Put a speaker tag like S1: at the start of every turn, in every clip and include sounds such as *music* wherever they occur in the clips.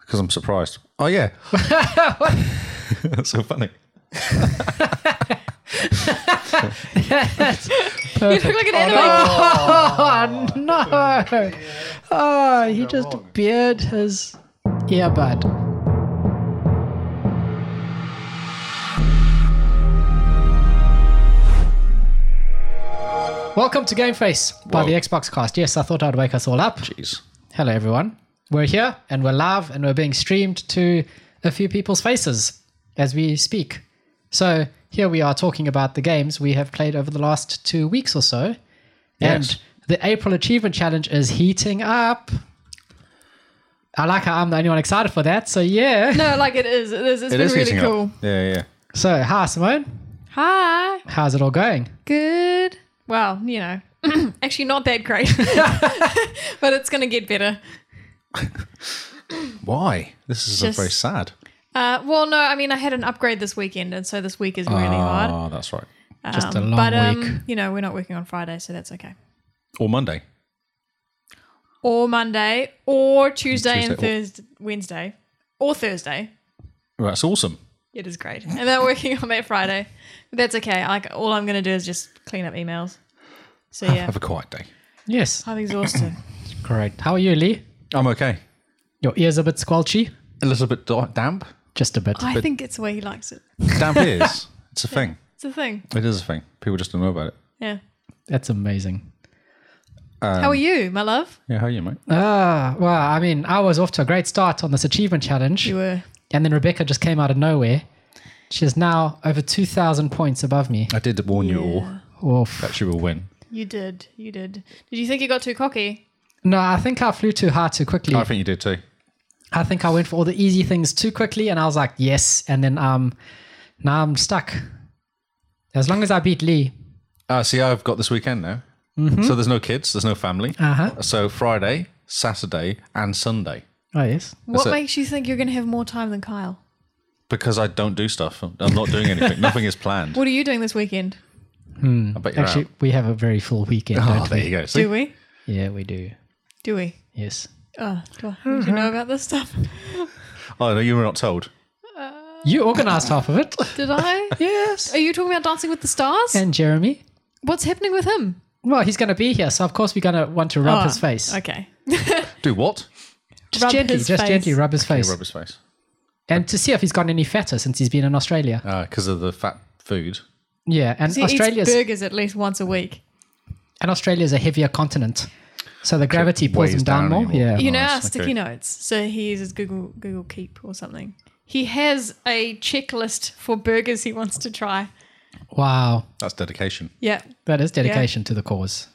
S1: because I'm surprised. Oh yeah, *laughs* that's so funny.
S2: You look like an anime.
S3: Oh, *laughs* no. Oh, he just appeared his earbud. Welcome to Game Face by
S1: Whoa.
S3: the Xbox Cast. Yes, I thought I'd wake us all up.
S1: Jeez.
S3: Hello, everyone. We're here and we're live and we're being streamed to a few people's faces as we speak. So here we are talking about the games we have played over the last two weeks or so.
S1: Yes.
S3: And the April Achievement Challenge is heating up. I like how I'm the only one excited for that. So, yeah.
S2: No, like it is. It is. It's
S1: It
S2: been
S1: is
S2: really
S1: heating
S2: cool.
S1: up. Yeah, yeah.
S3: So, hi, Simone.
S2: Hi.
S3: How's it all going?
S2: Good. Well, you know, *clears throat* actually not
S1: *laughs*
S2: that great, *laughs* but it's going to get better.
S1: Why? This is
S2: Just-
S1: very sad.
S2: Uh, well, no, I mean, I had an upgrade this weekend, and so this week is really hard.
S1: Ah, that's right.
S3: Just a long
S2: but,
S3: week.
S2: um, you know, we're not working on Friday, so that's okay.
S1: Or Monday.
S2: Or Monday, or Tuesday, and
S1: Tuesday,
S2: Thursday, Wednesday, or Thursday.
S1: Well, that's awesome.
S2: It is great. And they're working *laughs* on that Friday. But that's okay. Like, all I'm going to do is just clean up emails.
S1: *laughs*
S2: So, yeah,
S1: Have a quiet day.
S3: Yes.
S2: I'm exhausted.
S3: Great. How are you, Lee?
S1: I'm okay.
S3: Your ears a bit squelchy?
S1: A little bit da- damp.
S3: Just a bit.
S2: I think it's the way he likes it.
S1: *laughs* Damp ears. It's a thing.
S2: It's a thing.
S1: It is a thing. People just don't know about it.
S2: Yeah.
S3: That's amazing.
S2: How are you, my love?
S1: Yeah, how are you, mate?
S3: Ah, well, I mean, I was off to a great start on this achievement challenge.
S2: You were.
S3: And then Rebecca just came out of nowhere. She's now over 2,000 points above me.
S1: I did warn you all
S3: Oof.
S1: that you will win.
S2: You did. You did. Did you think you got too cocky?
S3: No, I think I flew too high too quickly.
S1: I think you did too.
S3: I think I went for all the easy things too quickly and I was like, yes. And then um, now I'm stuck. As long as I beat Lee.
S1: Uh, see, I've got this weekend now.
S2: Mm-hmm.
S1: So there's no kids, there's no family.
S3: Uh-huh.
S1: So Friday, Saturday, and Sunday
S3: Oh, yes.
S2: What
S1: it.
S2: makes you think you're going to have more time than Kyle?
S1: because I don't do stuff. I'm not doing anything. Nothing is
S3: *laughs*
S1: planned.
S2: What are you doing this weekend?
S1: I bet you're
S3: Actually,
S1: out.
S3: we have a very full weekend,
S1: Oh,
S3: don't
S1: there
S3: we?
S1: you go.
S2: Do
S1: See?
S2: we?
S3: Yeah, we do.
S2: Do we?
S3: Yes.
S2: Oh, do I need to know about this stuff?
S1: Oh no, you were not told.
S3: You organized half of it.
S2: *laughs* Did I?
S3: Yes.
S2: Are you talking about Dancing with the Stars?
S3: And Jeremy.
S2: What's happening with him?
S3: Well, he's going to be here. So, of course, we're going to want to rub
S2: Oh,
S3: his face.
S2: Okay.
S1: Do what?
S3: Just
S2: Rub
S3: gently,
S2: his
S3: just
S2: face.
S3: gently rub his face.
S1: You rub his face.
S3: and to see if he's gotten any fatter since he's been in Australia.
S1: Because Uh, of the fat food.
S3: Yeah, and
S2: He eats
S3: Australia's
S2: burgers at least once a week.
S3: and Australia's a heavier continent, so the gravity pulls
S1: weighs
S3: him down,
S1: down
S3: more.
S1: anymore.
S3: Yeah,
S2: you know
S1: nice,
S2: our sticky
S1: okay.
S2: notes. So he uses Google Google Keep or something. He has a checklist for burgers he wants to try.
S3: wow,
S1: That's dedication.
S2: Yeah,
S3: that is dedication to the cause.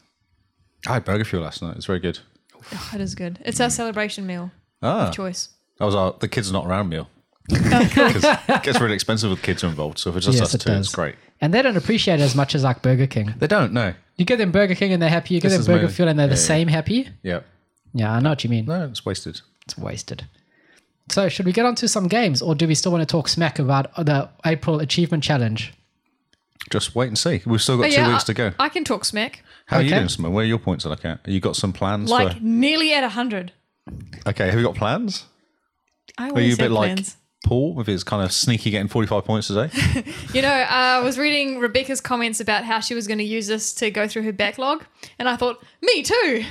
S1: I had burger fuel last night. It's very good.
S2: Oh, that is good. It's our celebration meal
S1: Ah,
S2: of choice.
S1: that was our the kids are not around meal. *laughs* 'Cause it gets really expensive with kids involved. So if it's just
S3: Yes,
S1: us
S3: it
S1: two,
S3: does.
S1: it's great.
S3: And they don't appreciate it as much as like Burger King.
S1: They don't. No.
S3: You give them Burger King and they're happy. You give
S1: This
S3: them
S1: is
S3: Burger
S1: amazing.
S3: Fuel and they're the
S1: Yeah, yeah.
S3: same happy.
S1: Yeah.
S3: Yeah, I know what you mean.
S1: No, it's wasted.
S3: It's wasted. So should we get on to some games, or do we still want to talk smack about the April Achievement Challenge?
S1: Just wait and see. We've still got
S2: But
S1: two
S2: Oh, yeah,
S1: weeks
S2: I,
S1: to go.
S2: I can talk smack.
S1: How are you
S3: Okay.
S1: doing, Simon? Where are your points at? Like, uh, you got some plans?
S2: Like
S1: for,
S2: nearly at 100.
S1: okay, have you got plans?
S2: I
S1: Are you a
S2: always
S1: bit
S2: have
S1: like
S2: plans.
S1: Paul with his kind of sneaky getting forty-five points today?
S2: You know, uh, I was reading Rebecca's comments about how she was going to use this to go through her backlog, and I thought, me too.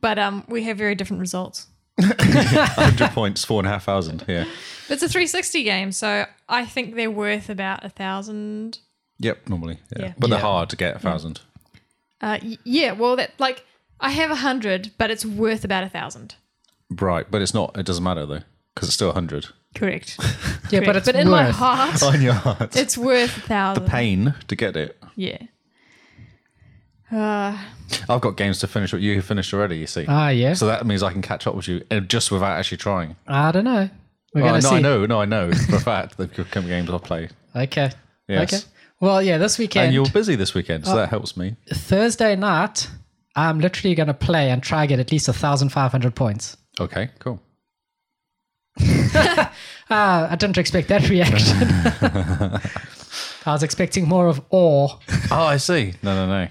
S2: But um, we have very different results.
S1: Hundred points, four and a half thousand. Yeah.
S2: But it's a 360 game, so I think they're worth about a thousand.
S1: Yep. Normally. Yeah.
S2: Yeah.
S1: But they're
S3: Yeah.
S1: hard to get a thousand.
S2: Uh, y- yeah, well, that like I have a hundred, but it's worth about a thousand.
S1: Right, but it's not. It doesn't matter though, because it's still hundred.
S2: *laughs* Correct.
S3: Yeah, but
S2: Correct.
S3: it's
S2: but in my
S3: worth- *laughs*
S2: heart,
S1: On your heart.
S2: it's worth a thousand.
S1: Pain to get it.
S2: Yeah. Uh,
S1: I've got games to finish. What you have finished already, you see.
S3: Ah, yeah.
S1: So that means I can catch up with you uh, just without actually trying.
S3: I don't know. We're
S1: Oh,
S3: gonna
S1: no,
S3: see.
S1: I know. No, I know for a fact *laughs* that there come games I'll play.
S3: Okay.
S1: Yes.
S3: Okay. Well, yeah, this
S1: And,
S3: weekend.
S1: you're busy this weekend, so that helps me.
S3: Thursday night, I'm literally going to play and try get at least 1,500 points.
S1: Okay, cool.
S3: Uh, I didn't expect that *laughs*
S1: *laughs*
S3: reaction. I was expecting more of awe.
S1: *laughs* Oh, I see. No, no, no.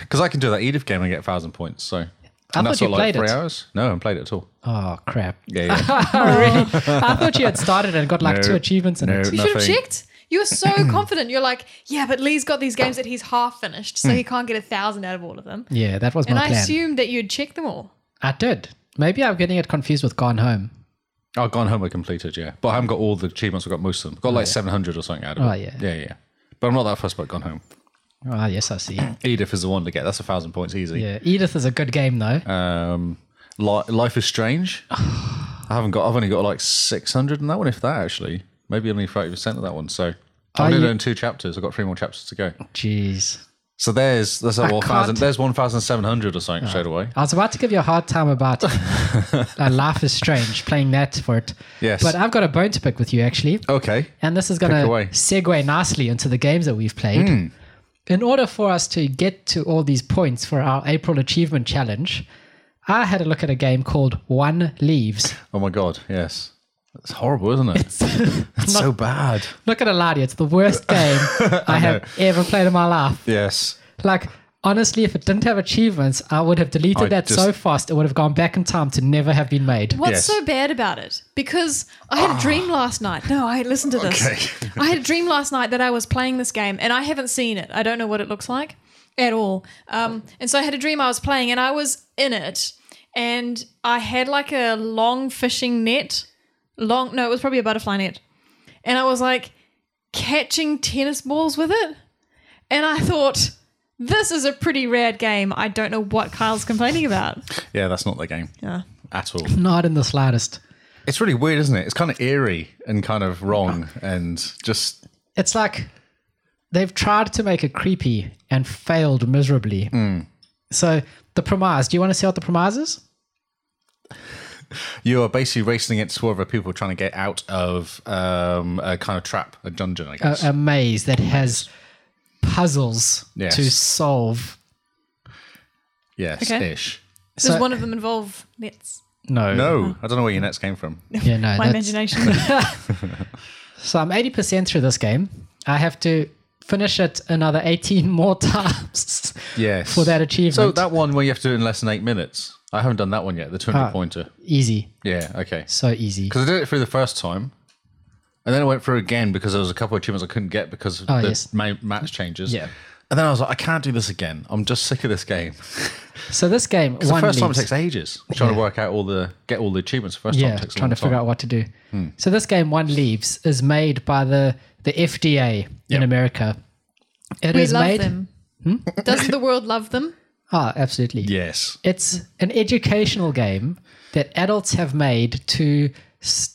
S1: Because I can do that Edith game and get thousand points. So
S3: I
S1: And
S3: thought
S1: that's
S3: you
S1: what, like
S3: played
S1: three
S3: it.
S1: hours? No, I haven't played it at all.
S3: Oh crap!
S1: Yeah,
S3: *laughs*
S1: yeah.
S3: Really? I thought you had started and got like
S1: No.
S3: two achievements in
S1: No.
S3: it.
S2: You should have
S1: Nothing.
S2: checked. You were so confident. You're like, yeah, but Lee's got these games that he's half finished, so he can't get a thousand out of all of them.
S3: Yeah, that was my
S2: And I
S3: plan.
S2: assumed that you'd check them all.
S3: I did. Maybe I'm getting it confused with Gone Home.
S1: oh, Gone Home I completed, yeah. But I haven't got all the achievements. I've got most of them. I've got like 700 or something out of it.
S3: Oh, yeah.
S1: Yeah, yeah. But I'm not that fussed about Gone Home.
S3: Ah, yes, I see.
S1: Edith is the one to get. That's a thousand points easy.
S3: Yeah, Edith is a good game though.
S1: Um, Li- Life is
S3: *sighs*
S1: Strange. I haven't got. I've only got like six hundred in that one, if that actually. Maybe only thirty percent of that one. So
S3: Are
S1: I've only
S3: you-
S1: done two chapters. I've got three more chapters to go.
S3: Jeez.
S1: So there's there's like
S3: I
S1: one thousand.
S3: can't-
S1: There's one thousand seven hundred or something straight away.
S3: I was about to give you a hard time about
S1: *laughs*
S3: uh, Life is Strange, playing that for it.
S1: Yes.
S3: But I've got a bone to pick with you, actually.
S1: Okay.
S3: And this is going to
S1: Pick away. Hmm.
S3: segue nicely into the games that we've played. In order for us to get to all these points for our April Achievement Challenge, I had a look at a game called One
S1: *laughs*
S3: Leaves.
S1: Oh my god. Yes. It's horrible, isn't it? It's, so bad.
S3: Not going to lie to you, it's the
S1: *laughs*
S3: worst game I have ever played in my life.
S1: Yes.
S3: Like, honestly, if it didn't have achievements, I would have deleted
S1: I
S3: that so
S1: just-
S3: fast it would have gone back in time to never have been made.
S2: What's
S1: Yes. Ah.
S2: so bad about it? Because I had a dream last night. No, I listened to this.
S1: Okay.
S2: I had a dream last night that I was playing this game, and I haven't seen it. I don't know what it looks like at all. Um, and so I had a dream I was playing, and I was in it, and I had like a long fishing net. Long, no, it was probably a butterfly net, and I was like catching tennis balls with it, and I thought. This is a pretty rad game. I don't know what Kyle's complaining about.
S1: Yeah, that's not the game
S2: Yeah.
S1: at all.
S3: Not in the slightest.
S1: It's really weird, isn't it? It's kind of eerie and kind of wrong and just
S3: It's like they've tried to make it creepy and failed miserably.
S1: Mm.
S3: So the premise, do you want to see what the premise is?
S1: You are basically racing against two other people trying to get out of um, a kind of trap, a dungeon, I
S3: A,
S1: guess.
S3: a maze that has puzzles
S1: Yes.
S3: to solve.
S1: yes,
S2: okay.
S1: ish.
S2: Does
S3: So-
S2: one of them involve nets?
S3: No.
S1: No, I don't know where your nets came from.
S3: Yeah, no.
S2: My
S3: Uh, that's-
S2: imagination. *laughs*
S3: So I'm 80% through this game. I have to finish it another 18 *laughs* more times.
S1: Yes.
S3: For that achievement.
S1: So that one where you have to do it in less than eight minutes. I haven't done that one yet, the 200
S3: Ah.
S1: pointer.
S3: easy.
S1: Yeah, okay.
S3: So easy.
S1: Because I did it through the first time. And then I went through again because there was a couple of achievements I couldn't get because of
S3: Oh,
S1: the
S3: yes.
S1: ma- match changes.
S3: Yeah.
S1: And then I was like, I can't do this again. I'm just sick of this game.
S3: So this game,
S1: The
S3: one
S1: first time it
S3: leaves.
S1: takes ages trying
S3: Yeah.
S1: to work out all the get all the achievements. The Hmm. first time
S3: yeah,
S1: it takes a long
S3: trying to figure
S1: time.
S3: out what to do. So this game, One Leaves, is made by the the FDA in
S1: Yep.
S3: America. It is
S2: we love
S3: made.
S2: them.
S1: Hmm?
S2: Does the world love them?
S3: Ah, absolutely.
S1: Yes.
S3: It's an educational game that adults have made to s-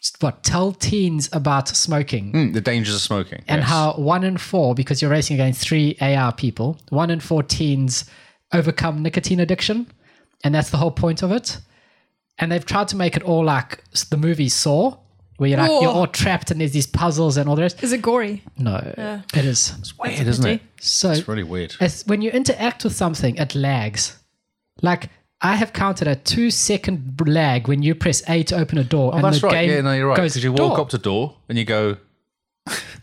S3: s- what tell teens about smoking
S1: Mm, the dangers of smoking.
S3: and
S1: yes.
S3: how one in four, because you're racing against three AR people, one in four teens overcome nicotine addiction, and that's the whole point of it. And they've tried to make it all like s- the movie Saw, where you're like
S2: Oh.
S3: you're all trapped and there's these puzzles and all the rest.
S2: Is it gory?
S3: No, it is
S1: It's weird, isn't it?
S3: so.
S1: It's really weird.
S3: It's when you interact with something, it lags. Like I have counted a two-second lag when you press A to open a door, and
S1: Oh, That's
S3: the
S1: right.
S3: game
S1: Yeah, no, you're right.
S3: goes
S1: Because you walk
S3: door.
S1: up to door and you go, *laughs*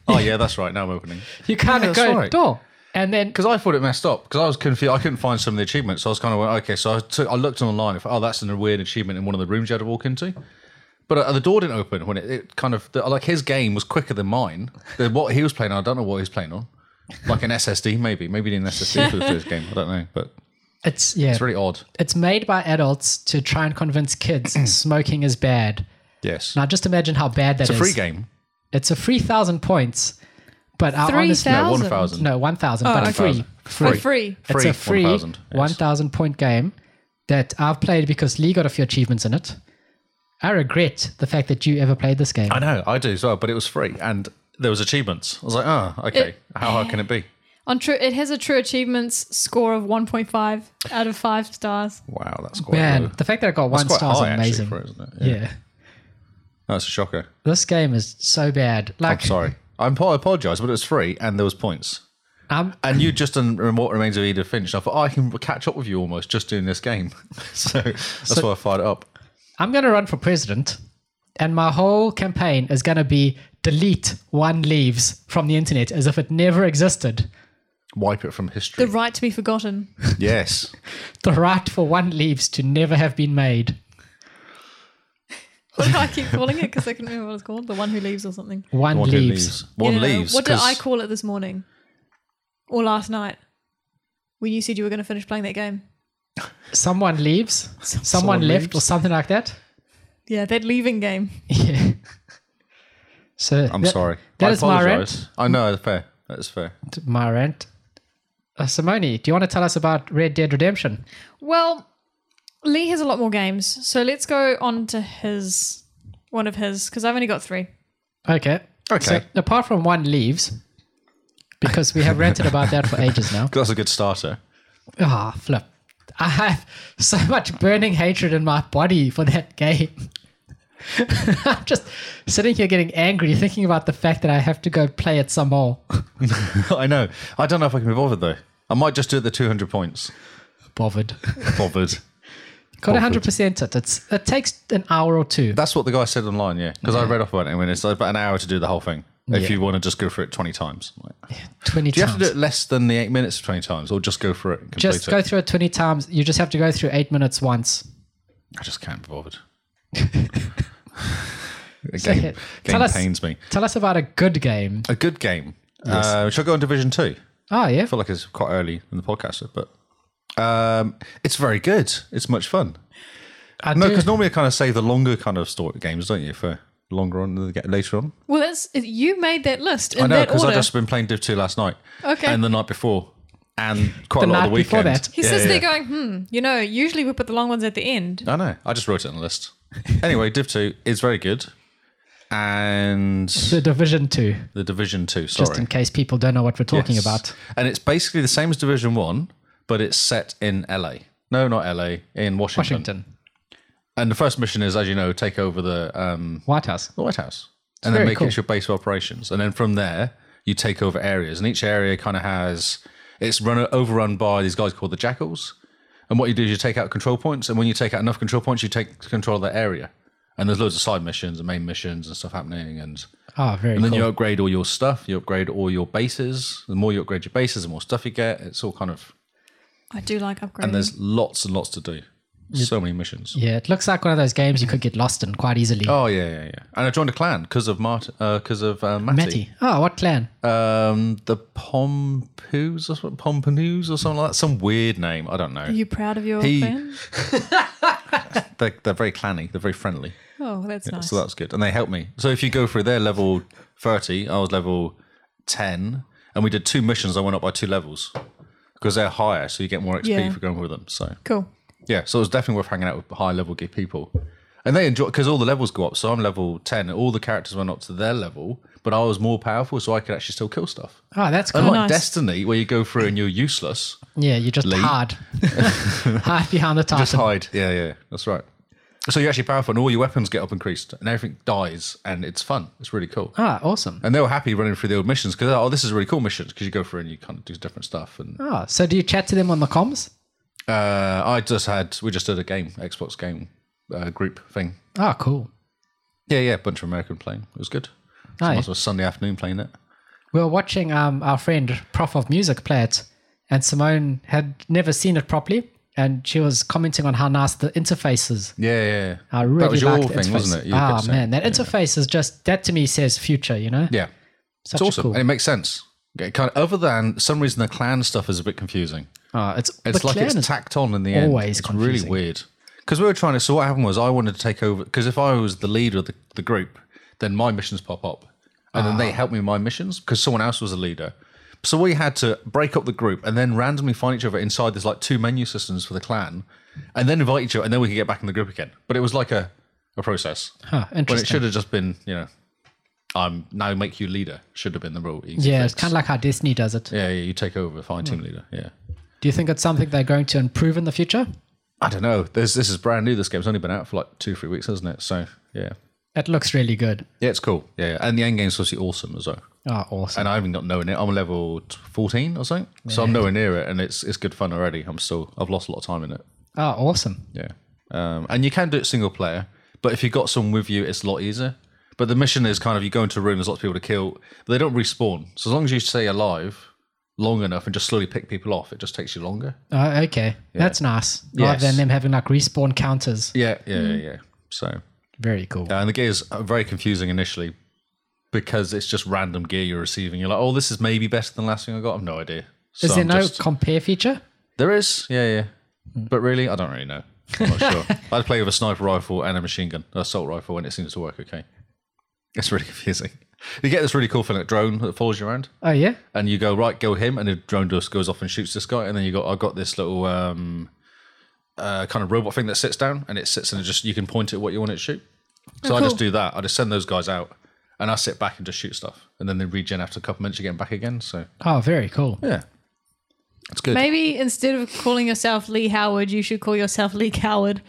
S1: oh yeah, that's right. Now I'm opening.
S3: you kind
S1: Yeah,
S3: of
S1: that's
S3: go
S1: right.
S3: door, and then
S1: Because I thought it messed up. Because I was confused. I couldn't find some of the achievements. So I was kind of went, okay. So I took, I looked online. If oh, that's a weird achievement in one of the rooms you had to walk into. But uh, the door didn't open when it, it kind of the, like his game was quicker than mine. The, what he was playing, on, I don't know what he was playing on. Like an SSD, maybe. Maybe he did an SSD for the first game. I don't know. But
S3: it's yeah,
S1: it's really odd.
S3: it's made by adults to try and convince
S1: *clears throat*
S3: kids smoking is bad.
S1: Yes.
S3: Now just imagine how bad that is.
S1: It's a free game.
S3: It's a free thousand points, but I
S2: Three
S3: honestly
S1: No,
S2: Thousand. Oh,
S1: 1,000.
S3: no one thousand, but
S2: okay.
S3: free.
S2: Free.
S1: Free.
S2: free.
S3: It's
S1: Free,
S3: a free
S1: 1,000, yes.
S3: 1,000 point game that I've played because Lee got a few achievements in it. I regret the fact that you ever played this game.
S1: I know, I do as well, but it was free and there was achievements. I was like, oh, okay, how hard can it be?
S2: On true, it has a true achievements score of 1.5 out of five stars.
S1: Wow, that's quite low.
S3: Man, the fact that I got
S1: That's
S3: one star is
S1: high, actually,
S3: amazing.
S1: for it, isn't it?
S3: yeah.
S1: That's a shocker.
S3: this game is so bad.
S1: I'm
S3: Like,
S1: sorry. I'm, I apologise, but it was free and there was points.
S3: I'm,
S1: And you just done Rem- What Remains of Edith Finch. And I thought, oh, I can catch up with you almost just doing this game. *laughs* so that's why I fired it up.
S3: I'm going to run for president, and my whole campaign is going to be delete one leaves from the internet as if it never existed.
S1: Wipe it from history.
S2: The right to be forgotten. *laughs*
S1: yes.
S3: The right for one leaves to never have been made.
S2: What did I keep calling it? Because I can not remember what it's called. The one who leaves or something.
S3: One,
S1: One who
S3: leaves.
S1: leaves. One
S2: You know,
S1: leaves.
S2: What did
S1: 'cause-
S2: I call it this morning? Or last night? When you said you were going to finish playing that game.
S3: Someone leaves. Someone, left,
S1: leaves.
S3: or something like that. *laughs*
S2: Yeah, that leaving game.
S3: Yeah. So
S1: I'm
S3: that-
S1: sorry.
S3: That
S1: I
S3: is my rant.
S1: apologise. I know. Fair. That's fair.
S3: My rant. Uh, Simone, do you want to tell us about Red Dead Redemption?
S2: Well, Lee has a lot more games. So let's go on to his, one of his, because I've only got three.
S3: Okay.
S1: Okay.
S3: So apart from one leaves, because we have ranted about that for ages now.
S1: That's a good starter. *laughs*
S3: Ah, flip. *laughs* I have so much burning hatred in my body for that game. *laughs* I'm just sitting here getting angry, thinking about the fact that I have to go play it some more. *laughs*
S1: I know. I don't know if I can be bothered though. I might just do it the 200 points.
S3: Bothered.
S1: Bothered.
S3: Got 100% it. It's, it takes an hour or two.
S1: *laughs* That's what the guy said online. Yeah, because I read off about it. I mean, it's about an hour to do the whole thing. If
S3: Yeah.
S1: you want to just go for it 20 times, Like,
S3: 20
S1: do you
S3: times.
S1: have to do it less than the eight minutes 20 times, or just go for it? And complete
S3: just
S1: it?
S3: go through it 20 times. You just have to go through eight minutes once.
S1: I just can't be
S3: *laughs*
S1: bothered.
S3: So,
S1: game
S3: yeah,
S1: game
S3: tell us-
S1: pains me.
S3: Tell us about a good game.
S1: A good game. Uh, shall I go on Division Two?
S3: Oh, yeah.
S1: I feel like it's quite early in the podcast, but um, it's very good. It's much fun.
S3: I
S1: No,
S3: do-
S1: because normally I kind of save the longer kind of story games, don't you, for longer on the- later on.
S2: Well, that's you made that list in
S1: I know
S2: that
S1: because
S2: order.
S1: I've just been playing Div Two last night,
S2: Okay.
S1: and the night before, and quite
S3: The
S1: a lot of the
S3: night before
S1: weekend.
S3: that.
S2: he sits there going, hmm, you know, usually we put the long ones at the end.
S1: I know. I just wrote it on the
S3: *laughs*
S1: list. anyway, Div Two is very good, and
S3: The Division 2,
S1: the Division Two. Sorry,
S3: just in case people don't know what we're talking
S1: Yes.
S3: about.
S1: And it's basically the same as Division One, but it's set in LA. No, not LA, in Washington.
S3: Washington,
S1: And the first mission is, as you know, take over the um,
S3: White House.
S1: the White House, and then
S3: very
S1: make
S3: cool.
S1: it your base of operations. And then from there, you take over areas, and each area kind of has it's run overrun by these guys called the Jackals. And what you do is you take out control points, and when you take out enough control points, you take control of that area. And there's loads of side missions and main missions and stuff happening, and
S3: Oh, very
S1: and then
S3: cool.
S1: you upgrade all your stuff. You upgrade all your bases. The more you upgrade your bases, the more stuff you get. It's all kind of
S2: I do like upgrading.
S1: and there's lots and lots to do. So many missions.
S3: Yeah, it looks like one of those games you could get lost in quite easily.
S1: Oh yeah, yeah, yeah. And I joined a clan because of Mart, because of uh, Matty.
S3: Matty. Oh, what clan?
S1: Um, the Pompoos or something, Pomponoos or something like that. Some weird name. I don't know.
S2: Are you proud of your
S1: He-
S2: fan?
S1: They're, they're very clanny. They're very friendly.
S2: Oh, that's nice.
S1: So that's good. And they helped me. So if you go through their level 30, I was level 10, and we did two missions. I went up by two levels because they're higher, so you get more XP
S2: Yeah.
S1: for going with them. So
S2: cool.
S1: yeah, so it was definitely worth hanging out with high level ge- people. And they enjoy because all the levels go up. So I'm level 10, and all the characters went up to their level, but I was more powerful, so I could actually still kill stuff.
S3: Oh, that's cool.
S1: Unlike
S2: nice.
S1: Destiny, where you go through and you're useless.
S3: Yeah, you just
S1: *laughs*
S3: *laughs* hide. hide behind the titan. *laughs*
S1: Just hide. Yeah, yeah, that's right. So you're actually powerful, and all your weapons get up increased, and everything dies, and it's fun. It's really cool.
S3: Ah, awesome.
S1: And they were happy running through the old missions because oh, this is really cool missions because you go through and you kind of do different stuff. And
S3: Oh, so do you chat to them on the comms?
S1: uh, I just had we just did a game, Xbox game uh, group thing.
S3: Oh, cool.
S1: Yeah, yeah, bunch of American playing. It was good.
S3: Aye.
S1: Nice. was Sunday afternoon playing it.
S3: We were watching um, our friend Prof of Music play it, and Simone had never seen it properly, and she was commenting on how nice the interface is.
S1: Yeah, yeah, yeah.
S3: I really
S1: that was your
S3: like the
S1: thing,
S3: interface.
S1: wasn't it? You
S3: Ah,
S1: kept saying.
S3: man, that interface is just, that to me says future, you know?
S1: Yeah,
S3: Such
S1: it's awesome,
S3: a cool.
S1: and it makes sense. Okay, kind of, other than for some reason the clan stuff is a bit confusing.
S3: Ah, it's
S1: It's
S3: the
S1: like
S3: clan
S1: it's
S3: is-
S1: tacked on in the end.
S3: always
S1: it's
S3: confusing.
S1: really weird. Because we were trying to. So what happened was I wanted to take over. Because if I was the leader of the, the group, then my missions pop up, and then
S3: Ah.
S1: they help me with my missions because someone else was the leader. So we had to break up the group and then randomly find each other inside. There's like two menu systems for the clan, and then invite each other, and then we could get back in the group again. But it was like a a process.
S3: Huh,
S1: When it
S3: ah, interesting.
S1: should have just been, you know, I'm now make you leader. Should have been the rule. Easy
S3: yeah,
S1: fix.
S3: it's kind of like how Destiny does it.
S1: yeah, yeah. You take over, find
S3: Hmm.
S1: team leader. Yeah.
S3: Do you think it's something they're going to improve in the future?
S1: I don't know. There's, this is brand new. This game's only been out for like two, three weeks, hasn't it? So yeah,
S3: It looks really good.
S1: yeah, it's cool. Yeah, yeah. and the end game's obviously awesome as well.
S3: Oh, awesome.
S1: And I haven't got nowhere near. I'm level t- 14 or something, so I'm nowhere near it, and it's it's good fun already. I'm still I've lost a lot of time in it.
S3: Oh, awesome.
S1: Yeah, um, and you can do it single player, but if you got someone with you, it's a lot easier. But the mission is kind of you go into a room, there's lots of people to kill, but they don't respawn. So as long as you stay alive, long enough and just slowly pick people off, it just takes you longer.
S3: Oh, okay. That's nice.
S1: Yes.
S3: Rather than them having like respawn counters.
S1: Yeah, yeah, yeah, yeah. So
S3: Very cool.
S1: Yeah, and the gears are very confusing initially because it's just random gear you're receiving. You're like, oh, this is maybe better than the last thing I got. I've no idea. So
S3: Is there
S1: I'm
S3: no Hmm.
S1: just-
S3: compare feature?
S1: there is, yeah, yeah. But really, I don't really know. I'm not
S3: *laughs*
S1: sure. I'd play with a sniper rifle and a machine gun, assault rifle, and it seems to work okay. It's really *laughs* confusing. You get this really cool thing, like drone that follows you around,
S3: Oh yeah.
S1: and you go right, go him, and the drone just goes off and shoots this guy, and then you got I got this little um, uh, kind of robot thing that sits down, and it sits and it just you can point at what you want it to shoot. So I just
S2: cool.
S1: do that. I just send those guys out, and I sit back and just shoot stuff, and then they regen after a couple minutes. You get them back again. So
S3: Oh, very
S1: *laughs*
S3: cool.
S1: yeah, it's good.
S2: Maybe instead of calling yourself Lee Howard, you should call yourself Lee Coward.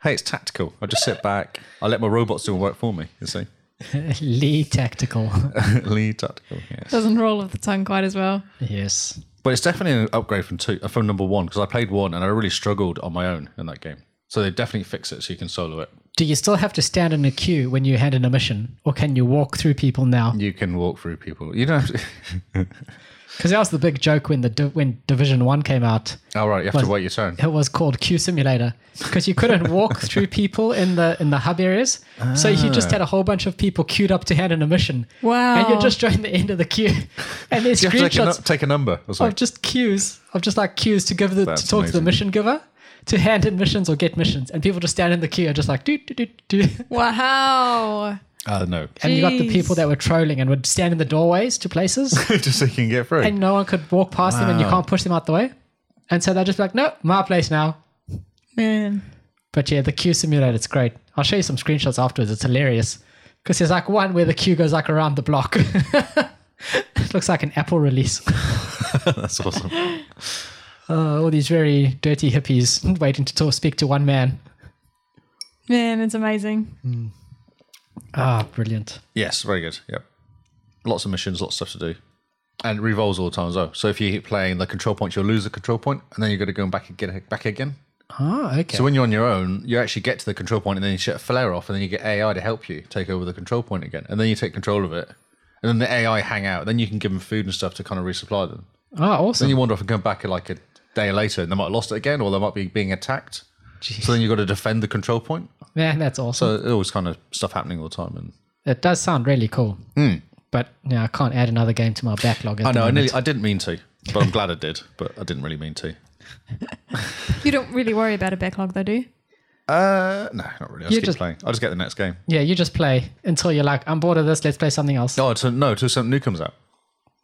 S1: Hey, it's tactical. I just sit back. I let my robots do the work for me. You see, *laughs*
S3: Lee tactical. *laughs*
S1: Lee tactical. Yes.
S2: Doesn't roll off the tongue quite as well.
S3: yes.
S1: But it's definitely an upgrade from two, uh, from number one because I played one and I really struggled on my own in that game. So they definitely fix it so you can solo it.
S3: Do you still have to stand in a queue when you hand in a mission, or can you walk through people now?
S1: You can walk through people. You don't. Have to, *laughs*
S3: Because that was the big joke when the Div- when Division One came out.
S1: all right, you have to wait your turn.
S3: It was called Queue Simulator because
S1: *laughs*
S3: you couldn't walk through people in the in the hub areas,
S1: Ah.
S3: so you just had a whole bunch of people queued up to hand in a mission.
S2: Wow.
S3: And you're just joined the end of the queue, *laughs*
S1: *laughs*
S3: and there's
S1: You have to take a, nu-
S3: screenshots
S1: take a number. Or
S3: of
S1: something.
S3: just queues of just like queues to give the
S1: That's
S3: to talk to the
S1: amazing.
S3: mission giver, to hand in missions or get missions, and people just stand in the queue and just like do do do do.
S2: Wow.
S1: Uh, no,
S3: *laughs*
S1: *laughs*
S3: And you got the
S2: Jeez.
S3: people that were trolling and would stand in the doorways to places,
S1: *laughs* just so you can get through.
S3: and no one could walk past them, and you can't push them out the way. And so they're just like, no, my place now.
S2: Man.
S3: But yeah, the queue simulator, it's great. I'll show you some screenshots afterwards. It's hilarious. Because there's like one where the queue goes like around the block. *laughs* it looks like an Apple release. *laughs*
S1: That's awesome.
S3: Uh, all these very dirty hippies waiting to talk, speak to one man.
S2: Man, it's amazing.
S3: Ah, brilliant.
S1: Yes, very good. Yep. Lots of missions, lots of stuff to do. And it revolves all the time as well. So if you keep playing the control points, you'll lose the control point, and then you've got to go back and get it back again.
S3: Ah, okay.
S1: So when you're on your own, you actually get to the control point, and then you shut a flare off, and then you get AI to help you take over the control point again, and then you take control of it, and then the AI hang out. Then you can give them food and stuff to kind of resupply them.
S3: ah,
S1: Then
S3: awesome.
S1: you wander off and come back like a day later, and they might have lost it again, or they might be being attacked. So then you've got to defend the control point.
S3: Man, that's awesome.
S1: So it always kind of stuff happening all the time, and
S3: it does sound really cool. But yeah, I can't add another game to my backlog. At
S1: Hmm. I
S3: the
S1: know, I
S3: moment.
S1: nearly, I didn't mean to, but I'm glad I did. But I didn't really mean to.
S2: You don't really worry about a backlog though, do you?
S1: Uh, no, not really. I just
S3: You
S1: keep
S3: just-
S1: playing. I just get the next game.
S3: Yeah, you just play until you're like, I'm bored of this. Let's play something else.
S1: Oh, to, no, till something new comes out.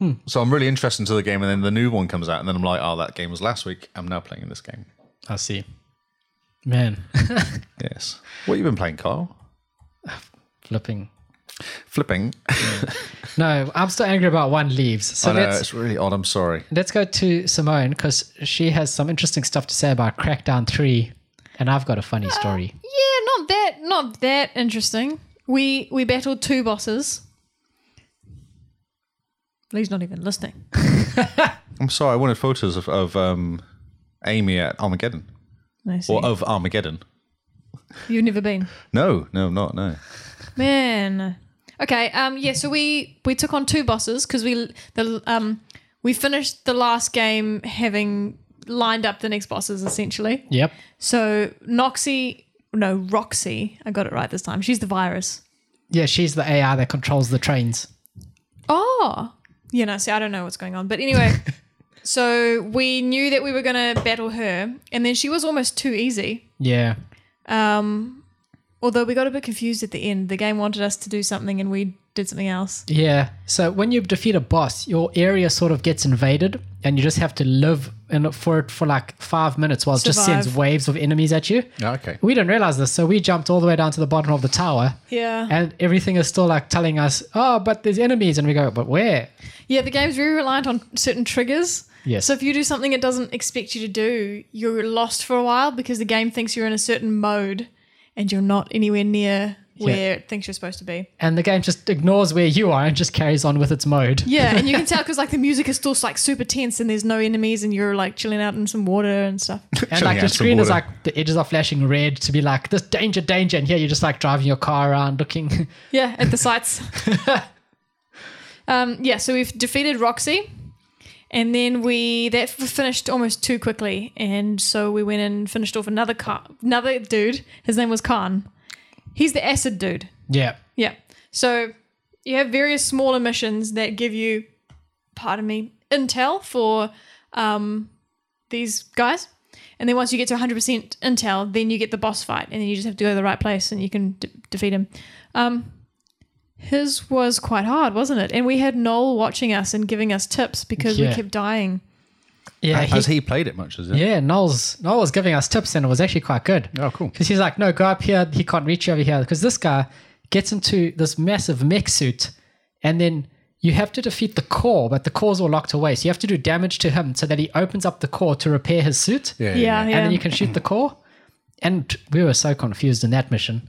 S1: Hmm. So I'm really interested into the game, and then the new one comes out, and then I'm like, oh, that game was last week. I'm now playing this game.
S3: I see. Man, *laughs*
S1: Yes. What you been playing, Carl?
S3: flipping.
S1: Flipping.
S3: No, I'm still angry about one leaves.
S1: *laughs*
S3: So
S1: I know
S3: let's
S1: it's really odd. I'm sorry.
S3: Let's go to Simone because she has some interesting stuff to say about Crackdown 3, and I've got a funny story.
S2: Yeah, not that not that interesting. We we battled two bosses. Lee's not even listening.
S1: I'm sorry. I wanted photos of, of um, Amy at Armageddon
S2: I see.
S1: or of Armageddon.
S2: You've never been.
S1: No, no, I'm not no.
S2: Man. Okay. Um. Yeah. So we we took on two bosses because we the um we finished the last game having lined up the next bosses essentially.
S3: Yep.
S2: So Noxie, no Roxy, I got it right this time. She's the virus.
S3: Yeah, she's the AI that controls the trains.
S2: Oh, you know, see, I don't know what's going on. But anyway, so we knew that we were going to battle her. And then she was almost too easy.
S3: Yeah.
S2: Um, although we got a bit confused at the end. The game wanted us to do something and we did something else.
S3: Yeah. So when you defeat a boss, your area sort of gets invaded, and you just have to live in it for it for like five minutes while it just
S2: Survive.
S3: sends waves of enemies at you.
S1: Ah, Okay.
S3: We didn't realize this, so we jumped all the way down to the bottom of the tower,
S2: Yeah.
S3: and everything is still like telling us, "Oh, but there's enemies," and we go, "But where?"
S2: Yeah, the game's very reliant on certain triggers.
S3: Yes.
S2: So if you do something it doesn't expect you to do, you're lost for a while because the game thinks you're in a certain mode and you're not anywhere near where it thinks you're supposed to be.
S3: And the game just ignores where you are and just carries on with its mode.
S2: Yeah, and you can tell because like the music is still like super tense and there's no enemies and you're like chilling out in some water and stuff.
S3: And
S1: Should've
S3: like your
S1: had some
S3: screen is
S1: water.
S3: like the edges are flashing red to be like this danger, danger, and here you're just like driving your car around looking.
S2: Yeah, at the sites. Um, yeah, so we've defeated Roxy, and then we that f- finished almost too quickly, and so we went and finished off another car, another dude. His name was Khan. He's the acid dude.
S3: *laughs* Yeah.
S2: Yeah. So you have various smaller missions that give you, pardon me, intel for um, these guys. And then once you get to 100% intel, then you get the boss fight. And then you just have to go to the right place and you can de- defeat him. Um, his was quite hard, wasn't it? And we had Noel watching us and giving us tips because we
S3: Yeah.
S2: kept dying.
S3: Yeah. he-
S1: Has he played it much? Is it?
S3: yeah. Noel's Noel was giving us tips and it was actually quite good.
S1: Oh, cool.
S3: Because he's like, no, go up here. He can't reach you over here. Because this guy gets into this massive mech suit, and then you have to defeat the core, but the core's all locked away. So you have to do damage to him so that he opens up the core to repair his suit.
S1: Yeah.
S2: Yeah, yeah.
S3: and then you can shoot the core. And we were so confused in that mission.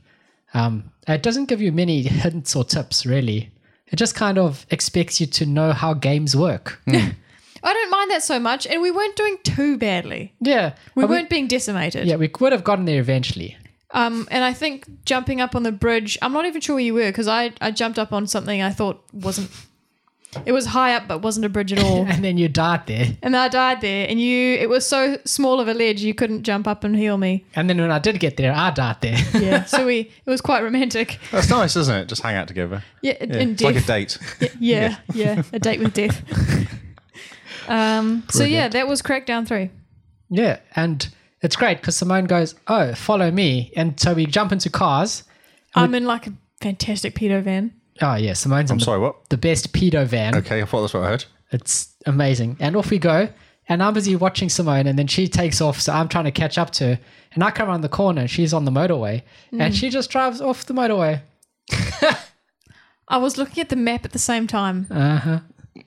S3: Um, it doesn't give you many *laughs* hints or tips, really. It just kind of expects you to know how games work.
S2: I don't mind that so much. And we weren't doing too badly.
S3: yeah,
S2: We
S3: but
S2: weren't being decimated.
S3: Yeah, we would have gotten there eventually.
S2: Um, and I think jumping up on the bridge, I'm not even sure where you were because I, I jumped up on something I thought wasn't, it was high up but wasn't a bridge at
S1: *laughs*
S2: all.
S3: And then you died there.
S2: and I died there. And you, it was so small of a ledge you couldn't jump up and heal me.
S3: And then when I did get there, I died
S2: *laughs*
S3: there.
S2: Yeah. so we, it was quite romantic.
S1: That's nice, isn't it? Just hang out together.
S2: Yeah. And
S1: Yeah.
S2: and
S1: It's like a
S2: death.
S1: date.
S2: yeah, yeah. A date
S1: *laughs*
S2: with death. um, so yeah, that was Crackdown 3.
S3: Yeah, and it's great because Simone goes, "Oh, follow me," and so we jump into cars.
S2: I'm in like a fantastic pedo van.
S3: Oh yeah, Simone's in
S1: I'm
S3: the,
S1: sorry, what?
S3: the best pedo van.
S1: Okay, I thought that's what I heard.
S3: It's amazing, and off we go. And I'm busy watching Simone, and then she takes off. So I'm trying to catch up to her, and I come around the corner. and She's on the motorway, and she just drives off the motorway.
S2: I was looking at the map at the same time.
S1: Uh-huh.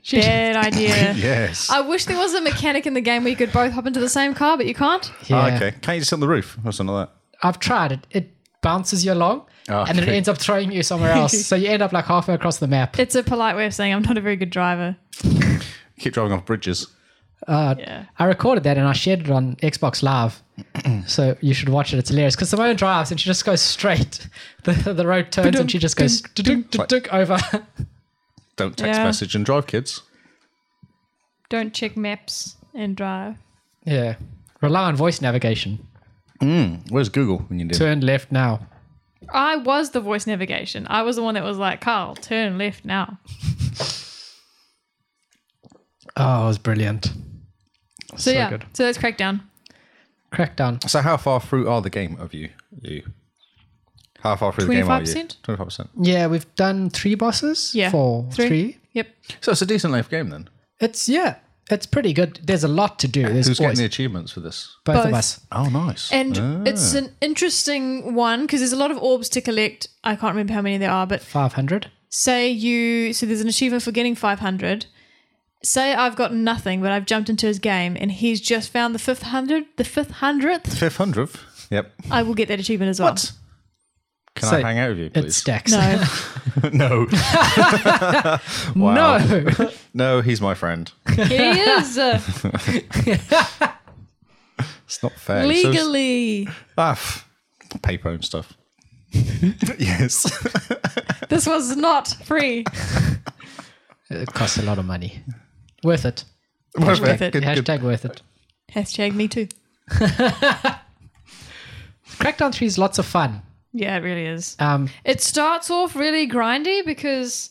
S3: She,
S2: Bad
S1: *laughs*
S2: idea.
S1: Yes.
S2: *laughs* I wish there was a mechanic in the game where you could both hop into the same car, but you can't.
S1: Oh,
S3: Yeah.
S1: okay. Can't you just sit on the roof or something like
S3: I've tried it. It bounces you along,
S1: Oh,
S3: and then it
S1: okay.
S3: ends up throwing you
S1: *laughs*
S3: somewhere else. so you end up like halfway across the map.
S2: It's a polite way of saying I'm not a very good driver.
S1: that? Keep driving off bridges.
S2: Yeah.
S3: I recorded that and I shared it on
S1: *clears throat*
S3: Xbox Live. so you should watch it. It's hilarious because Simone drives and she just goes straight. *laughs* The, the road turns and she just goes "Dudunk, dudunk," over. *laughs*
S1: Don't text
S2: Yeah.
S1: message and drive, kids.
S2: Don't check maps and drive.
S3: yeah. Rely on voice navigation.
S1: Where's Google when you do?
S3: Turn left now.
S2: I was the voice navigation. I was the one that was like, Carl, turn left now.
S3: Oh, it was brilliant.
S2: So,
S3: So
S2: yeah.
S3: good.
S2: So that's Crackdown.
S3: Crackdown.
S1: So how far through are the game of you? You. How far through the game are you?
S2: 25%?
S1: Twenty-five percent.
S3: Yeah, we've done three bosses.
S2: Yeah.
S3: Four. Three.
S2: Yep.
S1: So it's a decent length game then.
S3: It's, yeah, it's pretty good. There's a lot to do. There's
S1: Who's
S3: always-
S1: getting the achievements for this?
S3: both, of
S2: Both.
S3: us.
S1: Oh, nice.
S2: And
S1: Ah.
S2: it's an interesting one because there's a lot of orbs to collect. I can't remember how many there are, but
S3: 500.
S2: say you so there's an achievement for getting 500 say i've got nothing but i've jumped into his game and he's just found the fifth hundred the fifth hundredth
S1: fifth hundredth. Yep.
S2: i will get that achievement as well
S1: What? Can I
S3: So
S1: hang out with you,
S3: It
S1: please?
S3: stacks. *laughs*
S2: no
S1: no. wow.
S3: no.
S1: *laughs* No, he's my friend.
S2: *laughs* he
S1: *laughs*
S2: is uh,
S1: It's not fair. So it's-
S2: legally
S1: ah, pff, paper and stuff. yes. *laughs*
S2: this was not free
S3: *laughs* It costs a lot of money. Worth it.
S1: Perfect.
S2: it.
S1: Good, good.
S3: Hashtag worth it.
S2: hashtag me too
S3: Crackdown 3 is lots of fun.
S2: yeah it really is
S3: Um,
S2: it starts off really grindy because